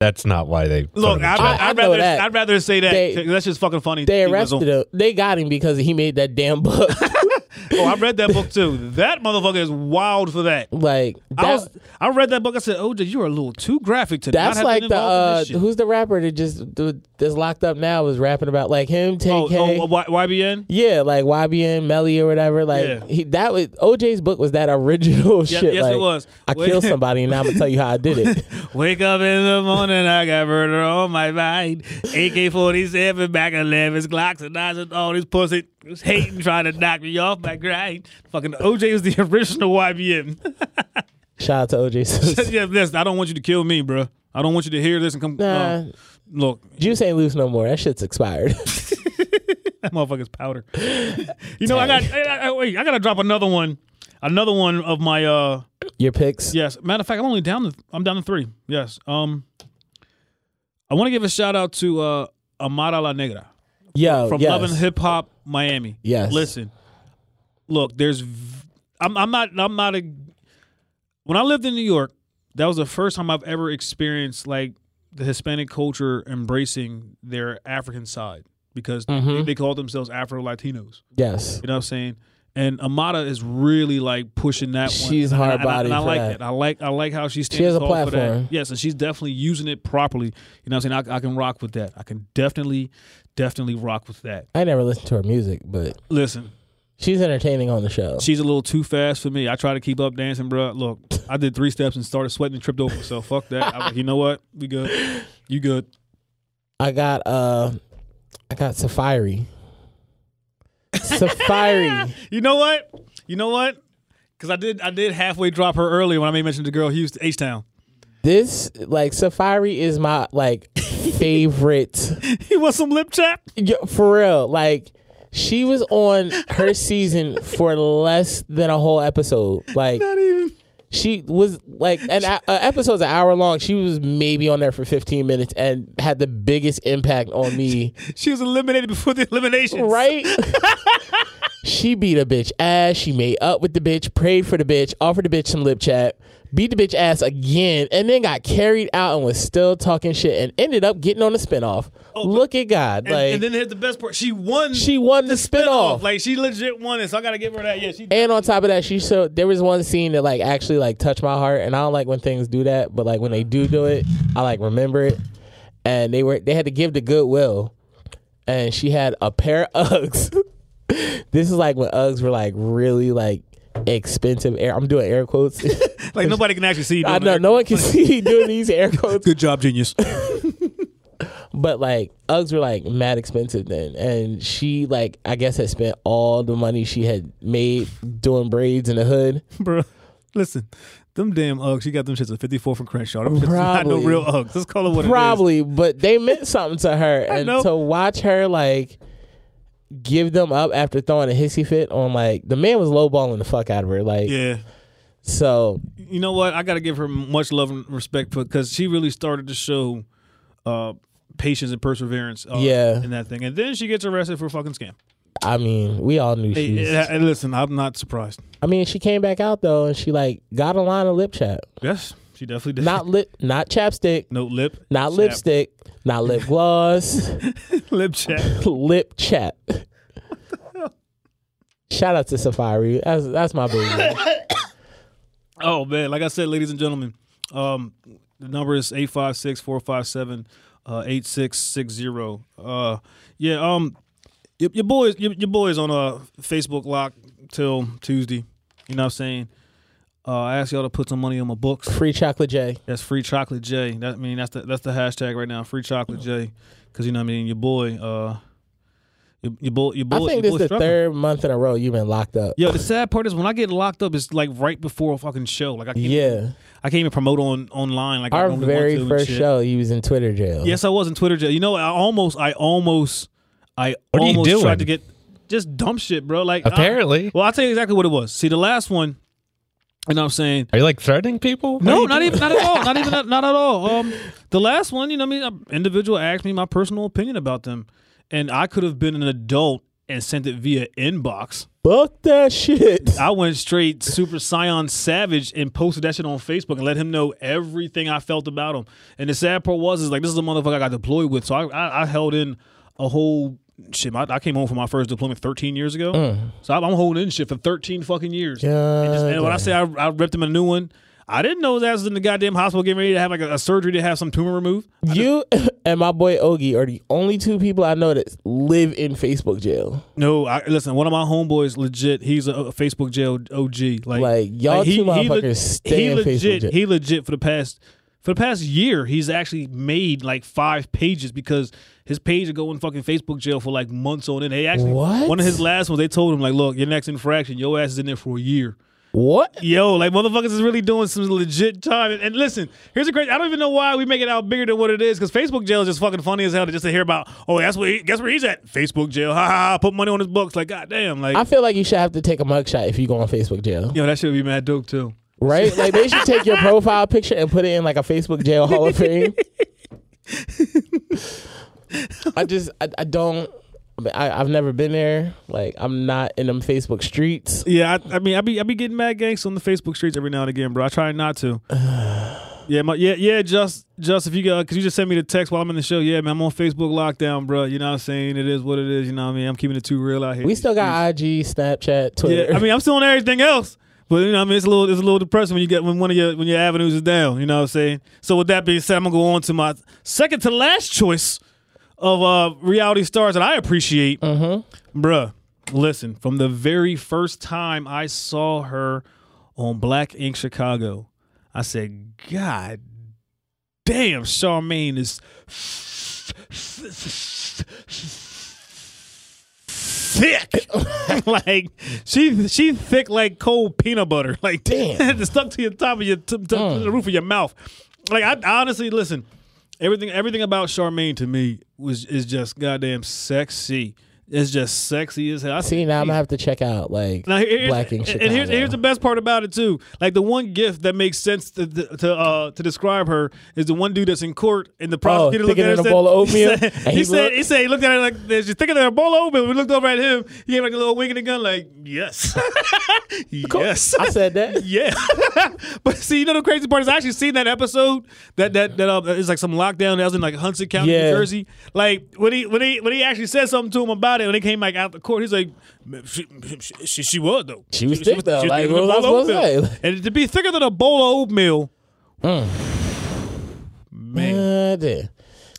A: That's not why they. put
E: Look,
A: him in
E: I'd,
A: jail.
E: I,
D: I
E: would
D: know
E: rather
D: that.
E: I'd rather say that.
D: They-
E: that's just fucking funny.
D: they
E: He was
D: arrested
E: on-
D: him. They got him because he made that damn book. (laughs)
E: oh, I read that book too. That motherfucker is wild for that.
D: Like that,
E: I was I read that book. I said, OJ, you're a little too graphic to not
D: that's
E: have
D: like
E: been
D: the
E: involved in
D: uh,
E: this shit.
D: who's the rapper that just dude, that's locked up now was rapping about like him, Tay
E: oh,
D: K.
E: oh, Y- YBN.
D: yeah, like YBN, Melly or whatever. Like
E: Yeah.
D: he, that was OJ's book was that original (laughs)
E: Yeah,
D: shit.
E: yes, it
D: like,
E: was.
D: I
E: (laughs) Wait-
D: killed somebody and now I'm gonna tell you how I did
E: (laughs)
D: it.
E: Wake up in the morning, I got murder on my mind. AK 47, back 11s, Glocks, and knives, and all these pussy was hating, trying to knock me off my grind. Fucking OJ is the (laughs) original YBN.
D: Shout out to OJ. Simpson.
E: (laughs) yeah, listen, I don't want you to kill me, bro. I don't want you to hear this and come.
D: Nah.
E: uh, look,
D: Juice ain't loose no more. That shit's expired. (laughs)
E: that motherfucker's powder. you know, I got. I, I, I- wait, I gotta drop another one. Another one of my. uh
D: Your picks.
E: Yes. Matter of fact, I'm only down to I'm down to three. Yes. Um, I want to give a shout out to uh Amara La Negra.
D: Yo,
E: from
D: Oh, yes.
E: Love and Hip Hop Miami.
D: Yes.
E: Listen, look, there's, v- I'm, I'm not, I'm not a. When I lived in New York, that was the first time I've ever experienced like the Hispanic culture embracing their African side because they,
D: Mm-hmm.
E: they call themselves Afro Latinos.
D: Yes.
E: You know what I'm saying? And Amada is really like pushing that one.
D: She's
E: And I- and I-
D: hard-bodied
E: And I
D: for
E: like
D: that.
E: I like I like how she's standing
D: has a
E: tall for that.
D: platform.
E: Yes, and she's definitely using it properly. You know what I'm saying? I, I can rock with that. I can definitely, definitely rock with that.
D: I never listened to her music, but
E: Listen,
D: she's entertaining on the show.
E: she's a little too fast for me. I try to keep up dancing, bro. Look, I did three steps and started sweating and tripped over. So fuck that. I was like, you know what? We good. You good.
D: I got uh I got
E: (laughs)
D: Safari. Safari.
E: You know what? You know what? Because I did I did halfway drop her earlier when I made mention of the girl Houston H (laughs) Town.
D: This like Safari is my like
E: (laughs)
D: favorite
E: He was some lip chap.
D: Yo, for real. Like she was on
E: (laughs)
D: her season for less than a whole episode. Like
E: Not even.
D: she was like an uh, episode's an hour long. She was maybe on there for 15 minutes and had the biggest impact on
E: (laughs)
D: me.
E: She was eliminated before the elimination.
D: Right?
E: (laughs)
D: she beat a bitch ass. She made up with the bitch, prayed for the bitch, offered the bitch some lip chat, beat the bitch ass again, and then got carried out and was still talking shit and ended up getting on the spinoff. Look at God.
E: Oh, And,
D: like
E: and then here's the best part. She won.
D: she won the, spinoff.
E: Like she legit won it. So I gotta give her that. Yeah, she.
D: and on top of that, she showed there was one scene that like actually like touched my heart, and I don't like when things do that, but like when they do do it, I like remember it. And they were they had to give the goodwill, and she had a pair of Uggs. (laughs) this is like when Uggs were like really like expensive. Air, I'm doing air quotes. (laughs)
E: Like nobody can actually see. you
D: I
E: doing
D: know
E: that.
D: no one can see doing these air quotes,
E: Good job, genius.
D: but like Uggs were like mad expensive then, and she like I guess had spent all the money she had made doing braids in the hood.
E: (laughs) Bro, listen. Them damn Uggs. You got them shits at 54 from Crenshaw. Them shits not no
D: Probably.
E: real Uggs. Let's call it what it
D: probably but they meant something to her
E: I
D: and
E: know.
D: to watch her like give them up after throwing a hissy fit on like the man was lowballing the fuck out of her like
E: is. Yeah.
D: so
E: you know what? I got to give her much love and respect for because she really started to show uh, patience and perseverance. Uh,
D: Yeah.
E: in that thing, and then she gets arrested for a fucking scam.
D: i mean we all knew
E: Hey,
D: she was
E: hey, hey, listen, I'm not surprised.
D: i mean she came back out though and she like got a line of lip chat
E: Yes, she definitely did.
D: not lip not chapstick
E: no lip,
D: not
E: chap.
D: lipstick not lip gloss (laughs)
E: lip chat.
D: lip chat shout out to safari that's that's my
E: (laughs)
D: baby
E: Oh man, like I said, ladies and gentlemen, um, the number is 856-457-8660. Uh, yeah, um, your, your boy, your, your boy is on uh, Facebook lock till Tuesday. You know what I'm saying? Uh, I asked y'all to put some money on my books.
D: free chocolate j
E: That's free chocolate J. That I mean that's the that's the hashtag right now, free chocolate J. Because you know what I mean, your boy, uh, your, your boy, your boy.
D: I think
E: your
D: this
E: boy
D: is the
E: struggling.
D: third month in a row you've been locked up.
E: Yo, the sad part is when I get locked up, it's like right before a fucking show. Like I can't
D: Yeah.
E: I can't even promote on online like I
D: Our
E: normally
D: very
E: want to and
D: first
E: shit.
D: show, you was in Twitter jail.
E: Yes, I was in Twitter jail. You know, I almost, I almost, I
A: What are you
E: almost
A: doing?
E: tried to get just dumb shit, bro. Like I-
A: Apparently.
E: well, I'll tell you exactly what it was. See, the last one, you know what I'm saying?
A: Are you like threatening people? What are
E: No,
A: you
E: not
A: doing?
E: even, not at all, not even, not, not at
A: (laughs)
E: all. Um, the last one, you know, what I mean, an individual asked me my personal opinion about them, and I could have been an adult and sent it via inbox.
D: Book that shit.
E: (laughs) I went straight Super Scion Savage and posted that shit on Facebook and let him know everything I felt about him. And the sad part was, is like this is a motherfucker I got deployed with, so I I, I held in a whole shit, my, I came home from my first deployment 13 years ago. So I'm, I'm holding in shit for 13 fucking years. And, just- and when I say I, I ripped him a new one, I didn't know his ass was in the goddamn hospital getting ready to have like a, a surgery to have some tumor removed.
D: You (laughs) and my boy Ogie are the only two people I know that live in Facebook jail.
E: No, I, listen, one of my homeboys, legit, he's a, a Facebook jail OG. Like,
D: Like, y'all two motherfuckers stay
E: he
D: in Facebook
E: legit,
D: jail.
E: He legit for the past for the past year, he's actually made like five pages because his page would go in fucking Facebook jail for like months on end. They actually
D: What?
E: one of his last ones, they told him like, look, your next infraction, your ass is in there for a year.
D: What?
E: Yo, like motherfuckers is really doing some legit time. And, and listen, here's a great. I don't even know why we make it out bigger than what it is because Facebook jail is just fucking funny as hell to just to hear about. Oh, that's where he, guess where he's at? Facebook jail. Ha ha. ha put money on his books. Like goddamn. Like
D: I feel like you should have to take a mugshot if you go on Facebook jail,
E: yo, that should be mad dope too.
D: right? Like they should
E: (laughs)
D: take your profile picture and put it in like a Facebook jail hall of fame. I just I, I don't. I mean, I, I've never been there. Like I'm not in them Facebook streets.
E: Yeah, I, I mean, I be I be getting mad gangs on the Facebook streets every now and again, bro. I try not to. (sighs) yeah, my, yeah, yeah. Just just if you got, cause you just sent me the text while I'm in the show. Yeah, man, I'm on Facebook lockdown, bro. You know what I'm saying? It is what it is. You know what I mean? I'm keeping it too real out here.
D: We still got IG, Snapchat, Twitter.
E: Yeah, I mean, I'm still on everything else. But you know, I mean, it's a little, it's a little depressing when you get when one of your when your avenues is down. You know what I'm saying? So with that being said, I'm gonna go on to my second to last choice of uh, reality stars that I appreciate, bruh. Listen, from the very first time I saw her on Black Ink Chicago, I said, God damn, Charmaine is thick. (laughs) like she she thick like cold peanut butter. (laughs) Like
D: Damn. Mm.
E: it's stuck to your top of your to, to, to the roof of your mouth. Like I, I honestly listen. Everything everything about Charmaine to me was is just goddamn sexy. It's just sexy as hell.
D: (laughs)
E: I
D: See now I'm gonna have to check out like
E: now, here- here's,
D: Black Ink
E: and here's,
D: Chicago.
E: here's the best part about it too. Like the one gift that makes sense to to to, uh, to describe her is the one dude that's in court and the prosecutor looked
D: Oh, thinking
E: at her
D: in
E: and
D: a
E: said-
D: bowl of oatmeal?
E: (laughs)
D: And he
E: He said, he, said
D: looked-
E: he said he looked at her like this. She's thinking of a bowl of oatmeal. We looked over at him. He gave like a little wink and a gun. Like yes, (laughs)
D: (laughs)
E: yes.
D: I said that.
E: Yeah, (laughs) but see, you know the crazy part is I actually seen that episode that that that uh, is like some lockdown that was in like Hudson County,
D: Yeah.
E: New Jersey. Like when he when he when he actually said something to him about it when they came like out the court, he's like, she she, she, she was though.
D: She was thick, though. Like, what was I
E: bowl of
D: supposed to
E: oatmeal.
D: say? Mm.
E: And to be thicker than a bowl of oatmeal, man.
D: Uh, there.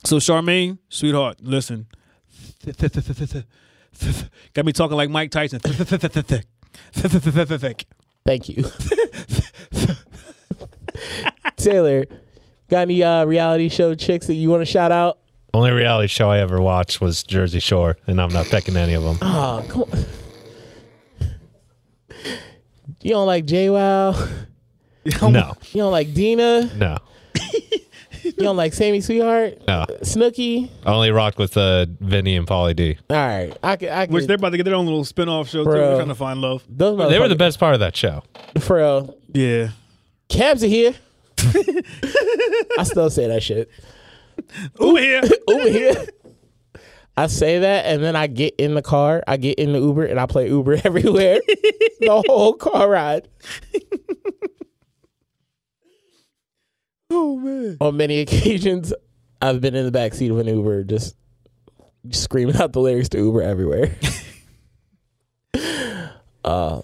E: So Charmaine, sweetheart, listen. (laughs) Got me talking like Mike Tyson. (laughs)
D: Thank you. (laughs) Taylor, got any uh, reality show chicks that you want to shout out?
A: Only reality show I ever watched was Jersey Shore, and I'm not picking any of them.
E: (laughs)
D: Oh, come on. You don't like Jay Wow.
E: Oh,
A: No,
D: You don't like Dina.
A: no,
D: You don't like Sammy Sweetheart.
A: no.
D: Snooky.
A: I only rocked with uh, Vinny and Pauly D.
D: All right, I could. I could.
E: Which they're about to get their own little spin-off show too.
D: Bro.
E: They're trying to find love.
D: those
A: They were the
D: motherfuckers-
A: best part of that show.
D: For real.
E: Yeah.
D: Cabs are here. (laughs) I still say that shit. (coughs)
E: Uber here.
D: Uber here. I say that, and then I get in the car. I get in the Uber, and I play Uber (laughs) everywhere.
E: (laughs)
D: the whole car ride.
E: oh man.
D: On many occasions, I've been in the backseat of an Uber, just screaming out the lyrics to Uber
E: (laughs)
D: everywhere. uh,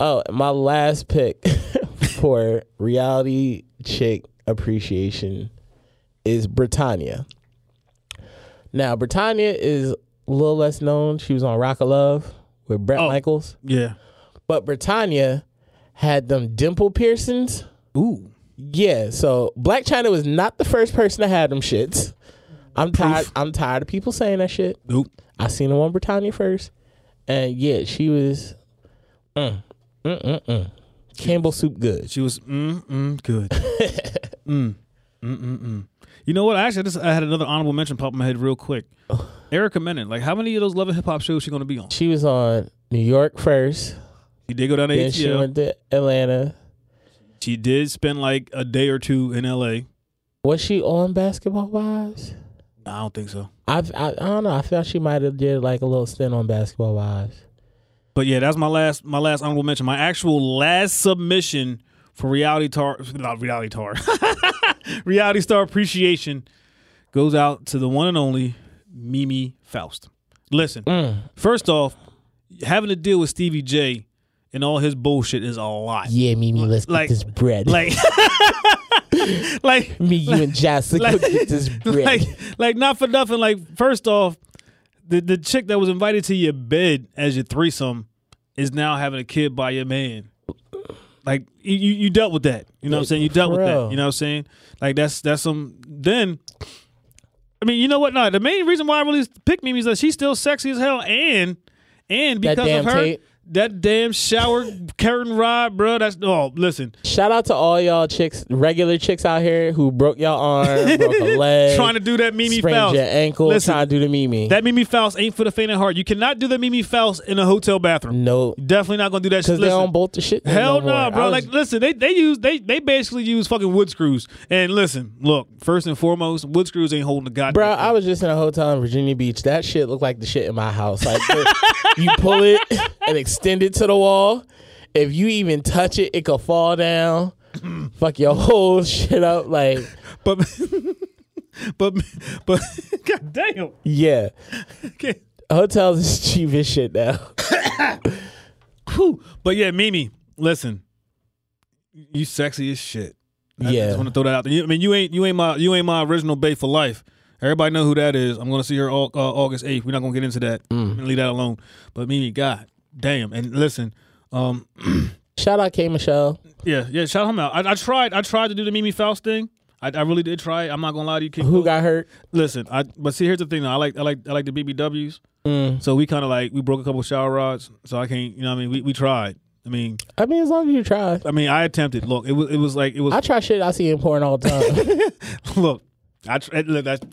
D: oh, my last pick (laughs) for reality chick appreciation is Britannia. Now, Britannia is a little less known. She was on Rock of Love with Brett
E: Oh.
D: Michaels.
E: Yeah.
D: But Britannia had them dimple piercings.
E: Ooh.
D: Yeah, so Black China was not the first person to have them shits. I'm tired. I'm tired of people saying that shit.
E: Nope.
D: I seen the one Britannia first, and yeah, she was, mm, mm, mm, mm. Campbell soup good.
E: She was mm mm good.
D: (laughs)
E: mm. Mm mm mm. You know what? I actually just I had another honorable mention pop in my head real quick.
D: Oh.
E: Erica Menon. Like how many of those Love and Hip Hop shows she gonna be on?
D: She was on New York first,
E: She did go down to
D: then she
E: ATL.
D: went to Atlanta.
E: She did spend like a day or two in LA.
D: Was she on Basketball Wives?
E: I don't think so.
D: I've, I I don't know. I felt she might have did like a little stint on Basketball Wives.
E: But yeah, that's my last my last honorable mention. My actual last submission for reality tar not reality tar (laughs) reality star appreciation goes out to the one and only Mimi Faust. Listen, first off, having to deal with Stevie J and all his bullshit is a lot.
D: Yeah, Mimi, let's
E: like-
D: get this bread.
E: Like, (laughs)
D: (laughs)
E: like,
D: me, you, and Jess, let's
E: like-
D: go (laughs) get
E: (laughs)
D: this bread.
E: like, like, not for nothing. Like, first off, the the chick that was invited to your bed as your threesome is now having a kid by your man. Like, you you you dealt with that. You know what I'm saying? You dealt with that.
D: Bro.
E: You know what I'm saying? Like, that's that's some. Then, I mean, you know what? No, the main reason why I really picked Mimi is that she's still sexy as hell, and and
D: That
E: because
D: damn
E: of her.
D: tape.
E: That
D: (laughs)
E: damn shower curtain rod, bro. That's oh, listen.
D: Shout out to all y'all chicks, regular chicks out here who broke your
E: (laughs)
D: arm, broke a leg,
E: trying to do that Mimi
D: sprained
E: Faust.
D: your ankle,
E: Listen,
D: trying to do the Mimi.
E: That Mimi Faust ain't for the faint of heart. You cannot do the Mimi Faust in a hotel bathroom.
D: no,
E: Definitely not gonna do that
D: because
E: shit.
D: they
E: Listen,
D: don't bolt the shit.
E: hell
D: no,
E: no,
D: more. I
E: bro.
D: was-
E: like, listen, they they use they they basically use fucking wood screws. And listen, look, first and foremost, wood screws ain't holding the goddamn.
D: Bro,
E: thing.
D: I was just in a hotel in Virginia Beach. That shit looked like the shit in my house. Like
E: (laughs)
D: the- you pull it and extend it to the wall. If you even touch it, it could fall
E: (clears throat)
D: down. Fuck your whole shit up. Like
E: but but (laughs) but god damn.
D: yeah,
E: Okay.
D: hotels is (laughs) cheap as shit now.
E: Whew. But yeah, Mimi, listen, you sexy as shit. I
D: Yeah.
E: just want to throw that out there. You- I mean, you ain't you ain't my you ain't my original babe for life. Everybody know who that is. I'm gonna see her all, uh, August 8th. We're not gonna get into that.
D: Mm.
E: I'm gonna leave that alone. But Mimi, God damn. And listen, um,
D: Shout out K Michelle.
E: yeah, yeah. Shout him out. I, I tried. I tried to do the Mimi Faust thing. I, I really did try. it. I'm not gonna lie to you. King
D: Who
E: Cole.
D: got hurt?
E: Listen, I but see here's the thing though. I like I like I like the BBWs.
D: Mm.
E: So we kind of like we broke a couple shower rods. So I can't. You know what I mean? We we tried. I mean,
D: I mean, as long as you try.
E: I mean, I attempted. Look, it was it was like it was.
D: I try shit I see in porn all the
E: (laughs)
D: time.
E: look, I tr- it- look, that's,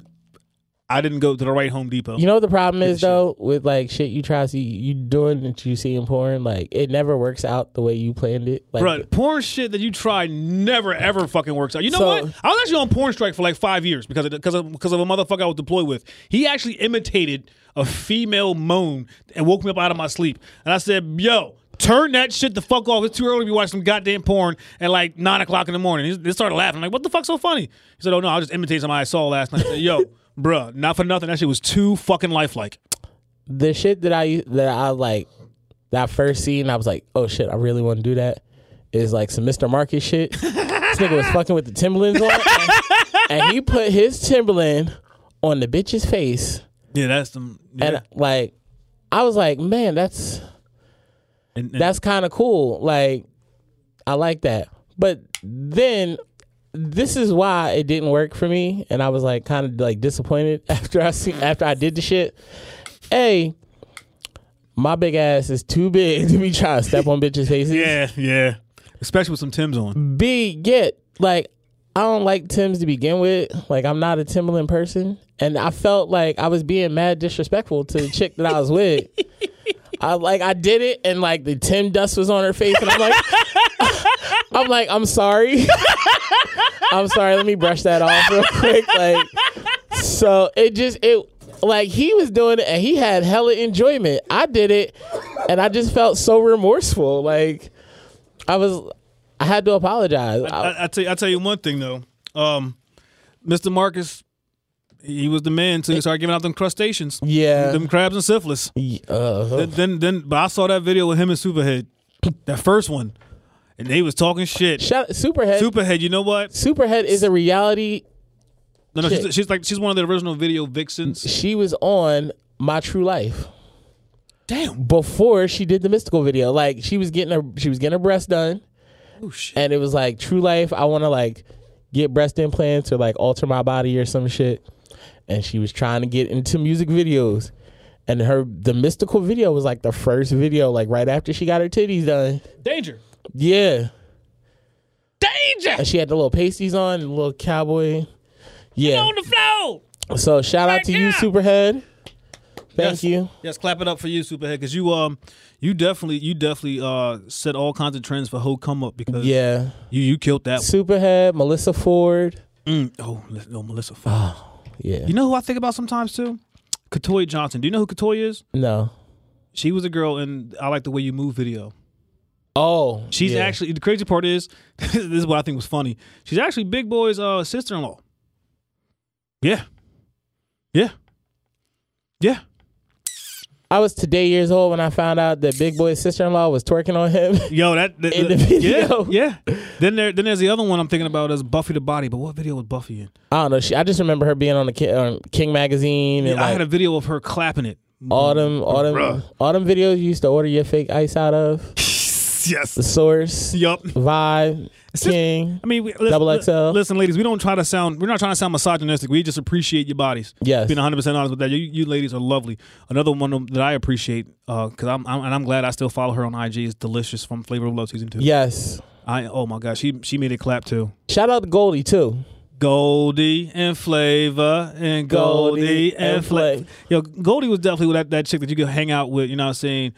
E: I didn't go to the right Home Depot.
D: you know what the problem is though with like shit you try to see you doing that you see in porn like it never works out the way you planned it. Like
E: Bruh, porn shit that you try never ever fucking works out. You know
D: So-
E: what? I was actually on porn strike for like five years because of because of, because of a motherfucker I was deployed with. He actually imitated a female moan and woke me up out of my sleep. And I said, "Yo, turn that shit the fuck off. It's too early to be watching some goddamn porn at like nine o'clock in the morning." He- They started laughing. I'm like, "What the fuck's so funny?" He said, "Oh no, I was just imitating somebody I saw last night." I said, "Yo, (laughs) bruh, not for nothing. That shit was too fucking lifelike."
D: the shit that I that I like that first scene, I was like, oh shit, I really want to do that. Is like some Mr. Market shit. this nigga was fucking with the Timberlands on, and, and he put his Timberland on the bitch's face,
E: Yeah, that's some.
D: and
E: yeah.
D: like, I was like, man, that's
E: And- and-
D: that's kind of cool. Like, I like that. But then this is why it didn't work for me, and I was like kind of like disappointed (laughs) after I see after I did the shit. A, my big ass is too big (laughs) to be trying to step on bitches' faces.
E: Yeah, yeah. Especially with some Tim's on.
D: B, get like I don't like Tim's to begin with. Like I'm not a Timberland person, and I felt like I was being mad disrespectful to the chick that I was with. I like I did it, and like the Tim dust was on her face, and I'm like, (laughs) I'm like, I'm sorry, (laughs) I'm sorry. Let me brush that off real quick. Like, so it just it like he was doing it, and he had hella enjoyment. I did it, and I just felt so remorseful. Like, I was. I had to apologize. I-
E: I, I tell you, I tell you one thing though. Um, Mr. Marcus, he was the man till he started giving out them crustaceans,
D: Yeah.
E: them crabs and syphilis.
D: Ye- uh,
E: Then, then, then, but I saw that video with him and Superhead, that first one, and they was talking shit.
D: shout Superhead.
E: Superhead, you know what?
D: Superhead is a reality.
E: No, no, she's,
D: Shit.
E: she's like she's one of the original video vixens.
D: She was on My True Life
E: Damn,
D: before she did the mystical video. Like she was getting her she was getting her breast done,
E: oh shit.
D: and it was like True Life. I want to like get breast implants or like alter my body or some shit. And she was trying to get into music videos, and her the mystical video was like the first video, like right after she got her titties done.
E: Danger,
D: Yeah.
E: danger
D: And she had the little pasties on, the little cowboy. Yeah.
E: on the floor.
D: So shout out
E: Right
D: to you,
E: now.
D: Superhead. Thank
E: Yes.
D: you.
E: Yes, clap it up for you, Superhead, because you um, you definitely, you definitely uh, set all kinds of trends for whole come up because
D: Yeah.
E: you you killed that. One.
D: Superhead, Melissa Ford.
E: Mm. Oh, li- oh, Melissa. Ford.
D: Ah. Yeah.
E: You know who I think about sometimes too? Katoya Johnson. Do you know who Katoya is?
D: no.
E: She was a girl in "I Like the Way You Move" video.
D: Oh.
E: She's
D: yeah.
E: actually the crazy part is (laughs) this is what I think was funny. She's actually Big Boy's uh, sister-in-law. Yeah, yeah, yeah.
D: I was today years old when I found out that Big Boy's sister in law was twerking on him. (laughs)
E: Yo, that the,
D: In the
E: the-
D: video.
E: yeah, yeah. Then there, then there's the other one I'm thinking about is Buffy the Body. But what video was Buffy in?
D: I don't know. She, I just remember her being on the Ki- on King magazine and
E: I
D: like
E: had a video of her clapping it.
D: autumn, autumn, autumn videos. You used to order your fake ice out of
E: Yes.
D: the source,
E: Yup.
D: vibe,
E: just-
D: King.
E: I mean, we, listen,
D: Double XL.
E: Listen, ladies, we don't try to sound. We're not trying to sound misogynistic. We just appreciate your bodies.
D: Yes.
E: Being 100 percent honest with that, you, you ladies are lovely. Another one that I appreciate because I'm, I'm and I'm glad I still follow her on IG is delicious from Flavor of Love season two.
D: Yes.
E: I oh my gosh, she she made it clap too.
D: Shout out to Goldie too.
E: Goldie and Flavor and Goldie,
D: Goldie
E: and
D: and Fla-
E: Flavor. Yo, Goldie was definitely that, that chick that you could hang out with, you know what I'm saying?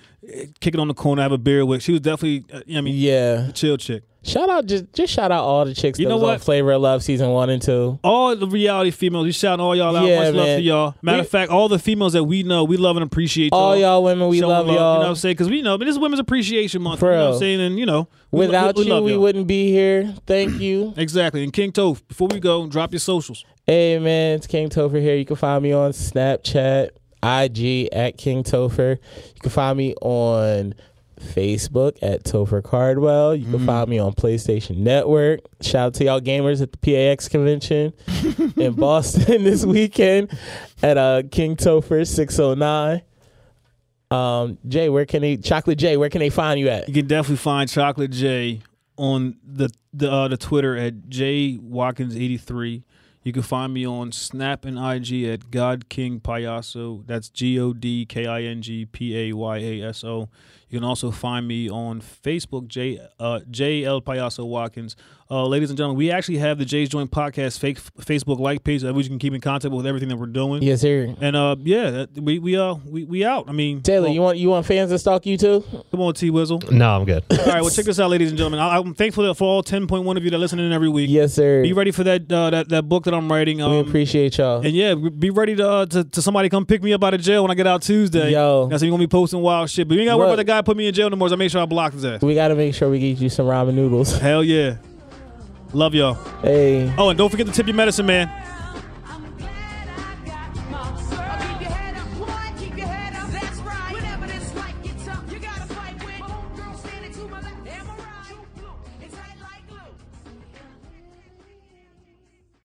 E: Kick it on the corner, have a beer with. She was definitely, uh, you know what I mean,
D: Yeah.
E: chill chick.
D: Shout out just just shout out all the chicks
E: You
D: that
E: know
D: was on
E: what?
D: Flavor of Love season one and two.
E: All the reality females, we shouting all y'all out.
D: Yeah,
E: Much love
D: man.
E: to y'all. Matter
D: We-
E: of fact, all the females that we know, we love and appreciate y'all.
D: All y'all women, we
E: Showing
D: love,
E: You know what
D: y'all.
E: I'm saying? Because we know, but this is Women's Appreciation Month.
D: For
E: you know what
D: real.
E: I'm saying? And, you know, we lo-
D: Without
E: we, we
D: you,
E: love
D: we
E: y'all.
D: wouldn't be here. Thank
E: (clears throat)
D: you.
E: Exactly. And King Toph, before we go, drop your socials.
D: Hey man, it's King Topher here. You can find me on Snapchat, IG at King Topher. You can find me on Facebook at Topher Cardwell. You can find me on PlayStation Network. Shout out to y'all gamers at the PAX convention in Boston (laughs) this weekend at uh King Topher 609. Um Jay, where can they Chocolate Jay, where can they find you at?
E: You can definitely find Chocolate J on the the, uh, the Twitter at J Watkins eighty three. You can find me on Snap and IG at God King Payaso. That's G O D K I N G P A Y A S O. You can also find me on Facebook J uh, J L Payaso Watkins. Uh, ladies and gentlemen, we actually have the J's Joint Podcast fake Facebook like page that we can keep in contact with everything that we're doing.
D: Yes, sir.
E: And uh, yeah, that- we we uh we, we out. I mean,
D: Taylor,
E: well,
D: you want you want fans to stalk you too?
E: come on, T Wizzle.
A: No, I'm good.
E: All right, well, check this out, ladies and gentlemen. I, I'm thankful for all 10.1 of you that listen in every week.
D: Yes, sir.
E: Be ready for that uh, that, that book that I'm writing. Um,
D: we appreciate y'all.
E: and yeah, be ready to, uh, to to somebody come pick me up out of jail when I get out Tuesday.
D: Yo.
E: that's you gonna be posting wild shit. But you ain't gotta worry
D: Look.
E: about the guy that put me in jail no more. So I make sure I block his ass.
D: We gotta make sure we get you some ramen noodles. (laughs)
E: Hell yeah, love y'all.
D: Hey.
E: Oh, and don't forget to tip your medicine man.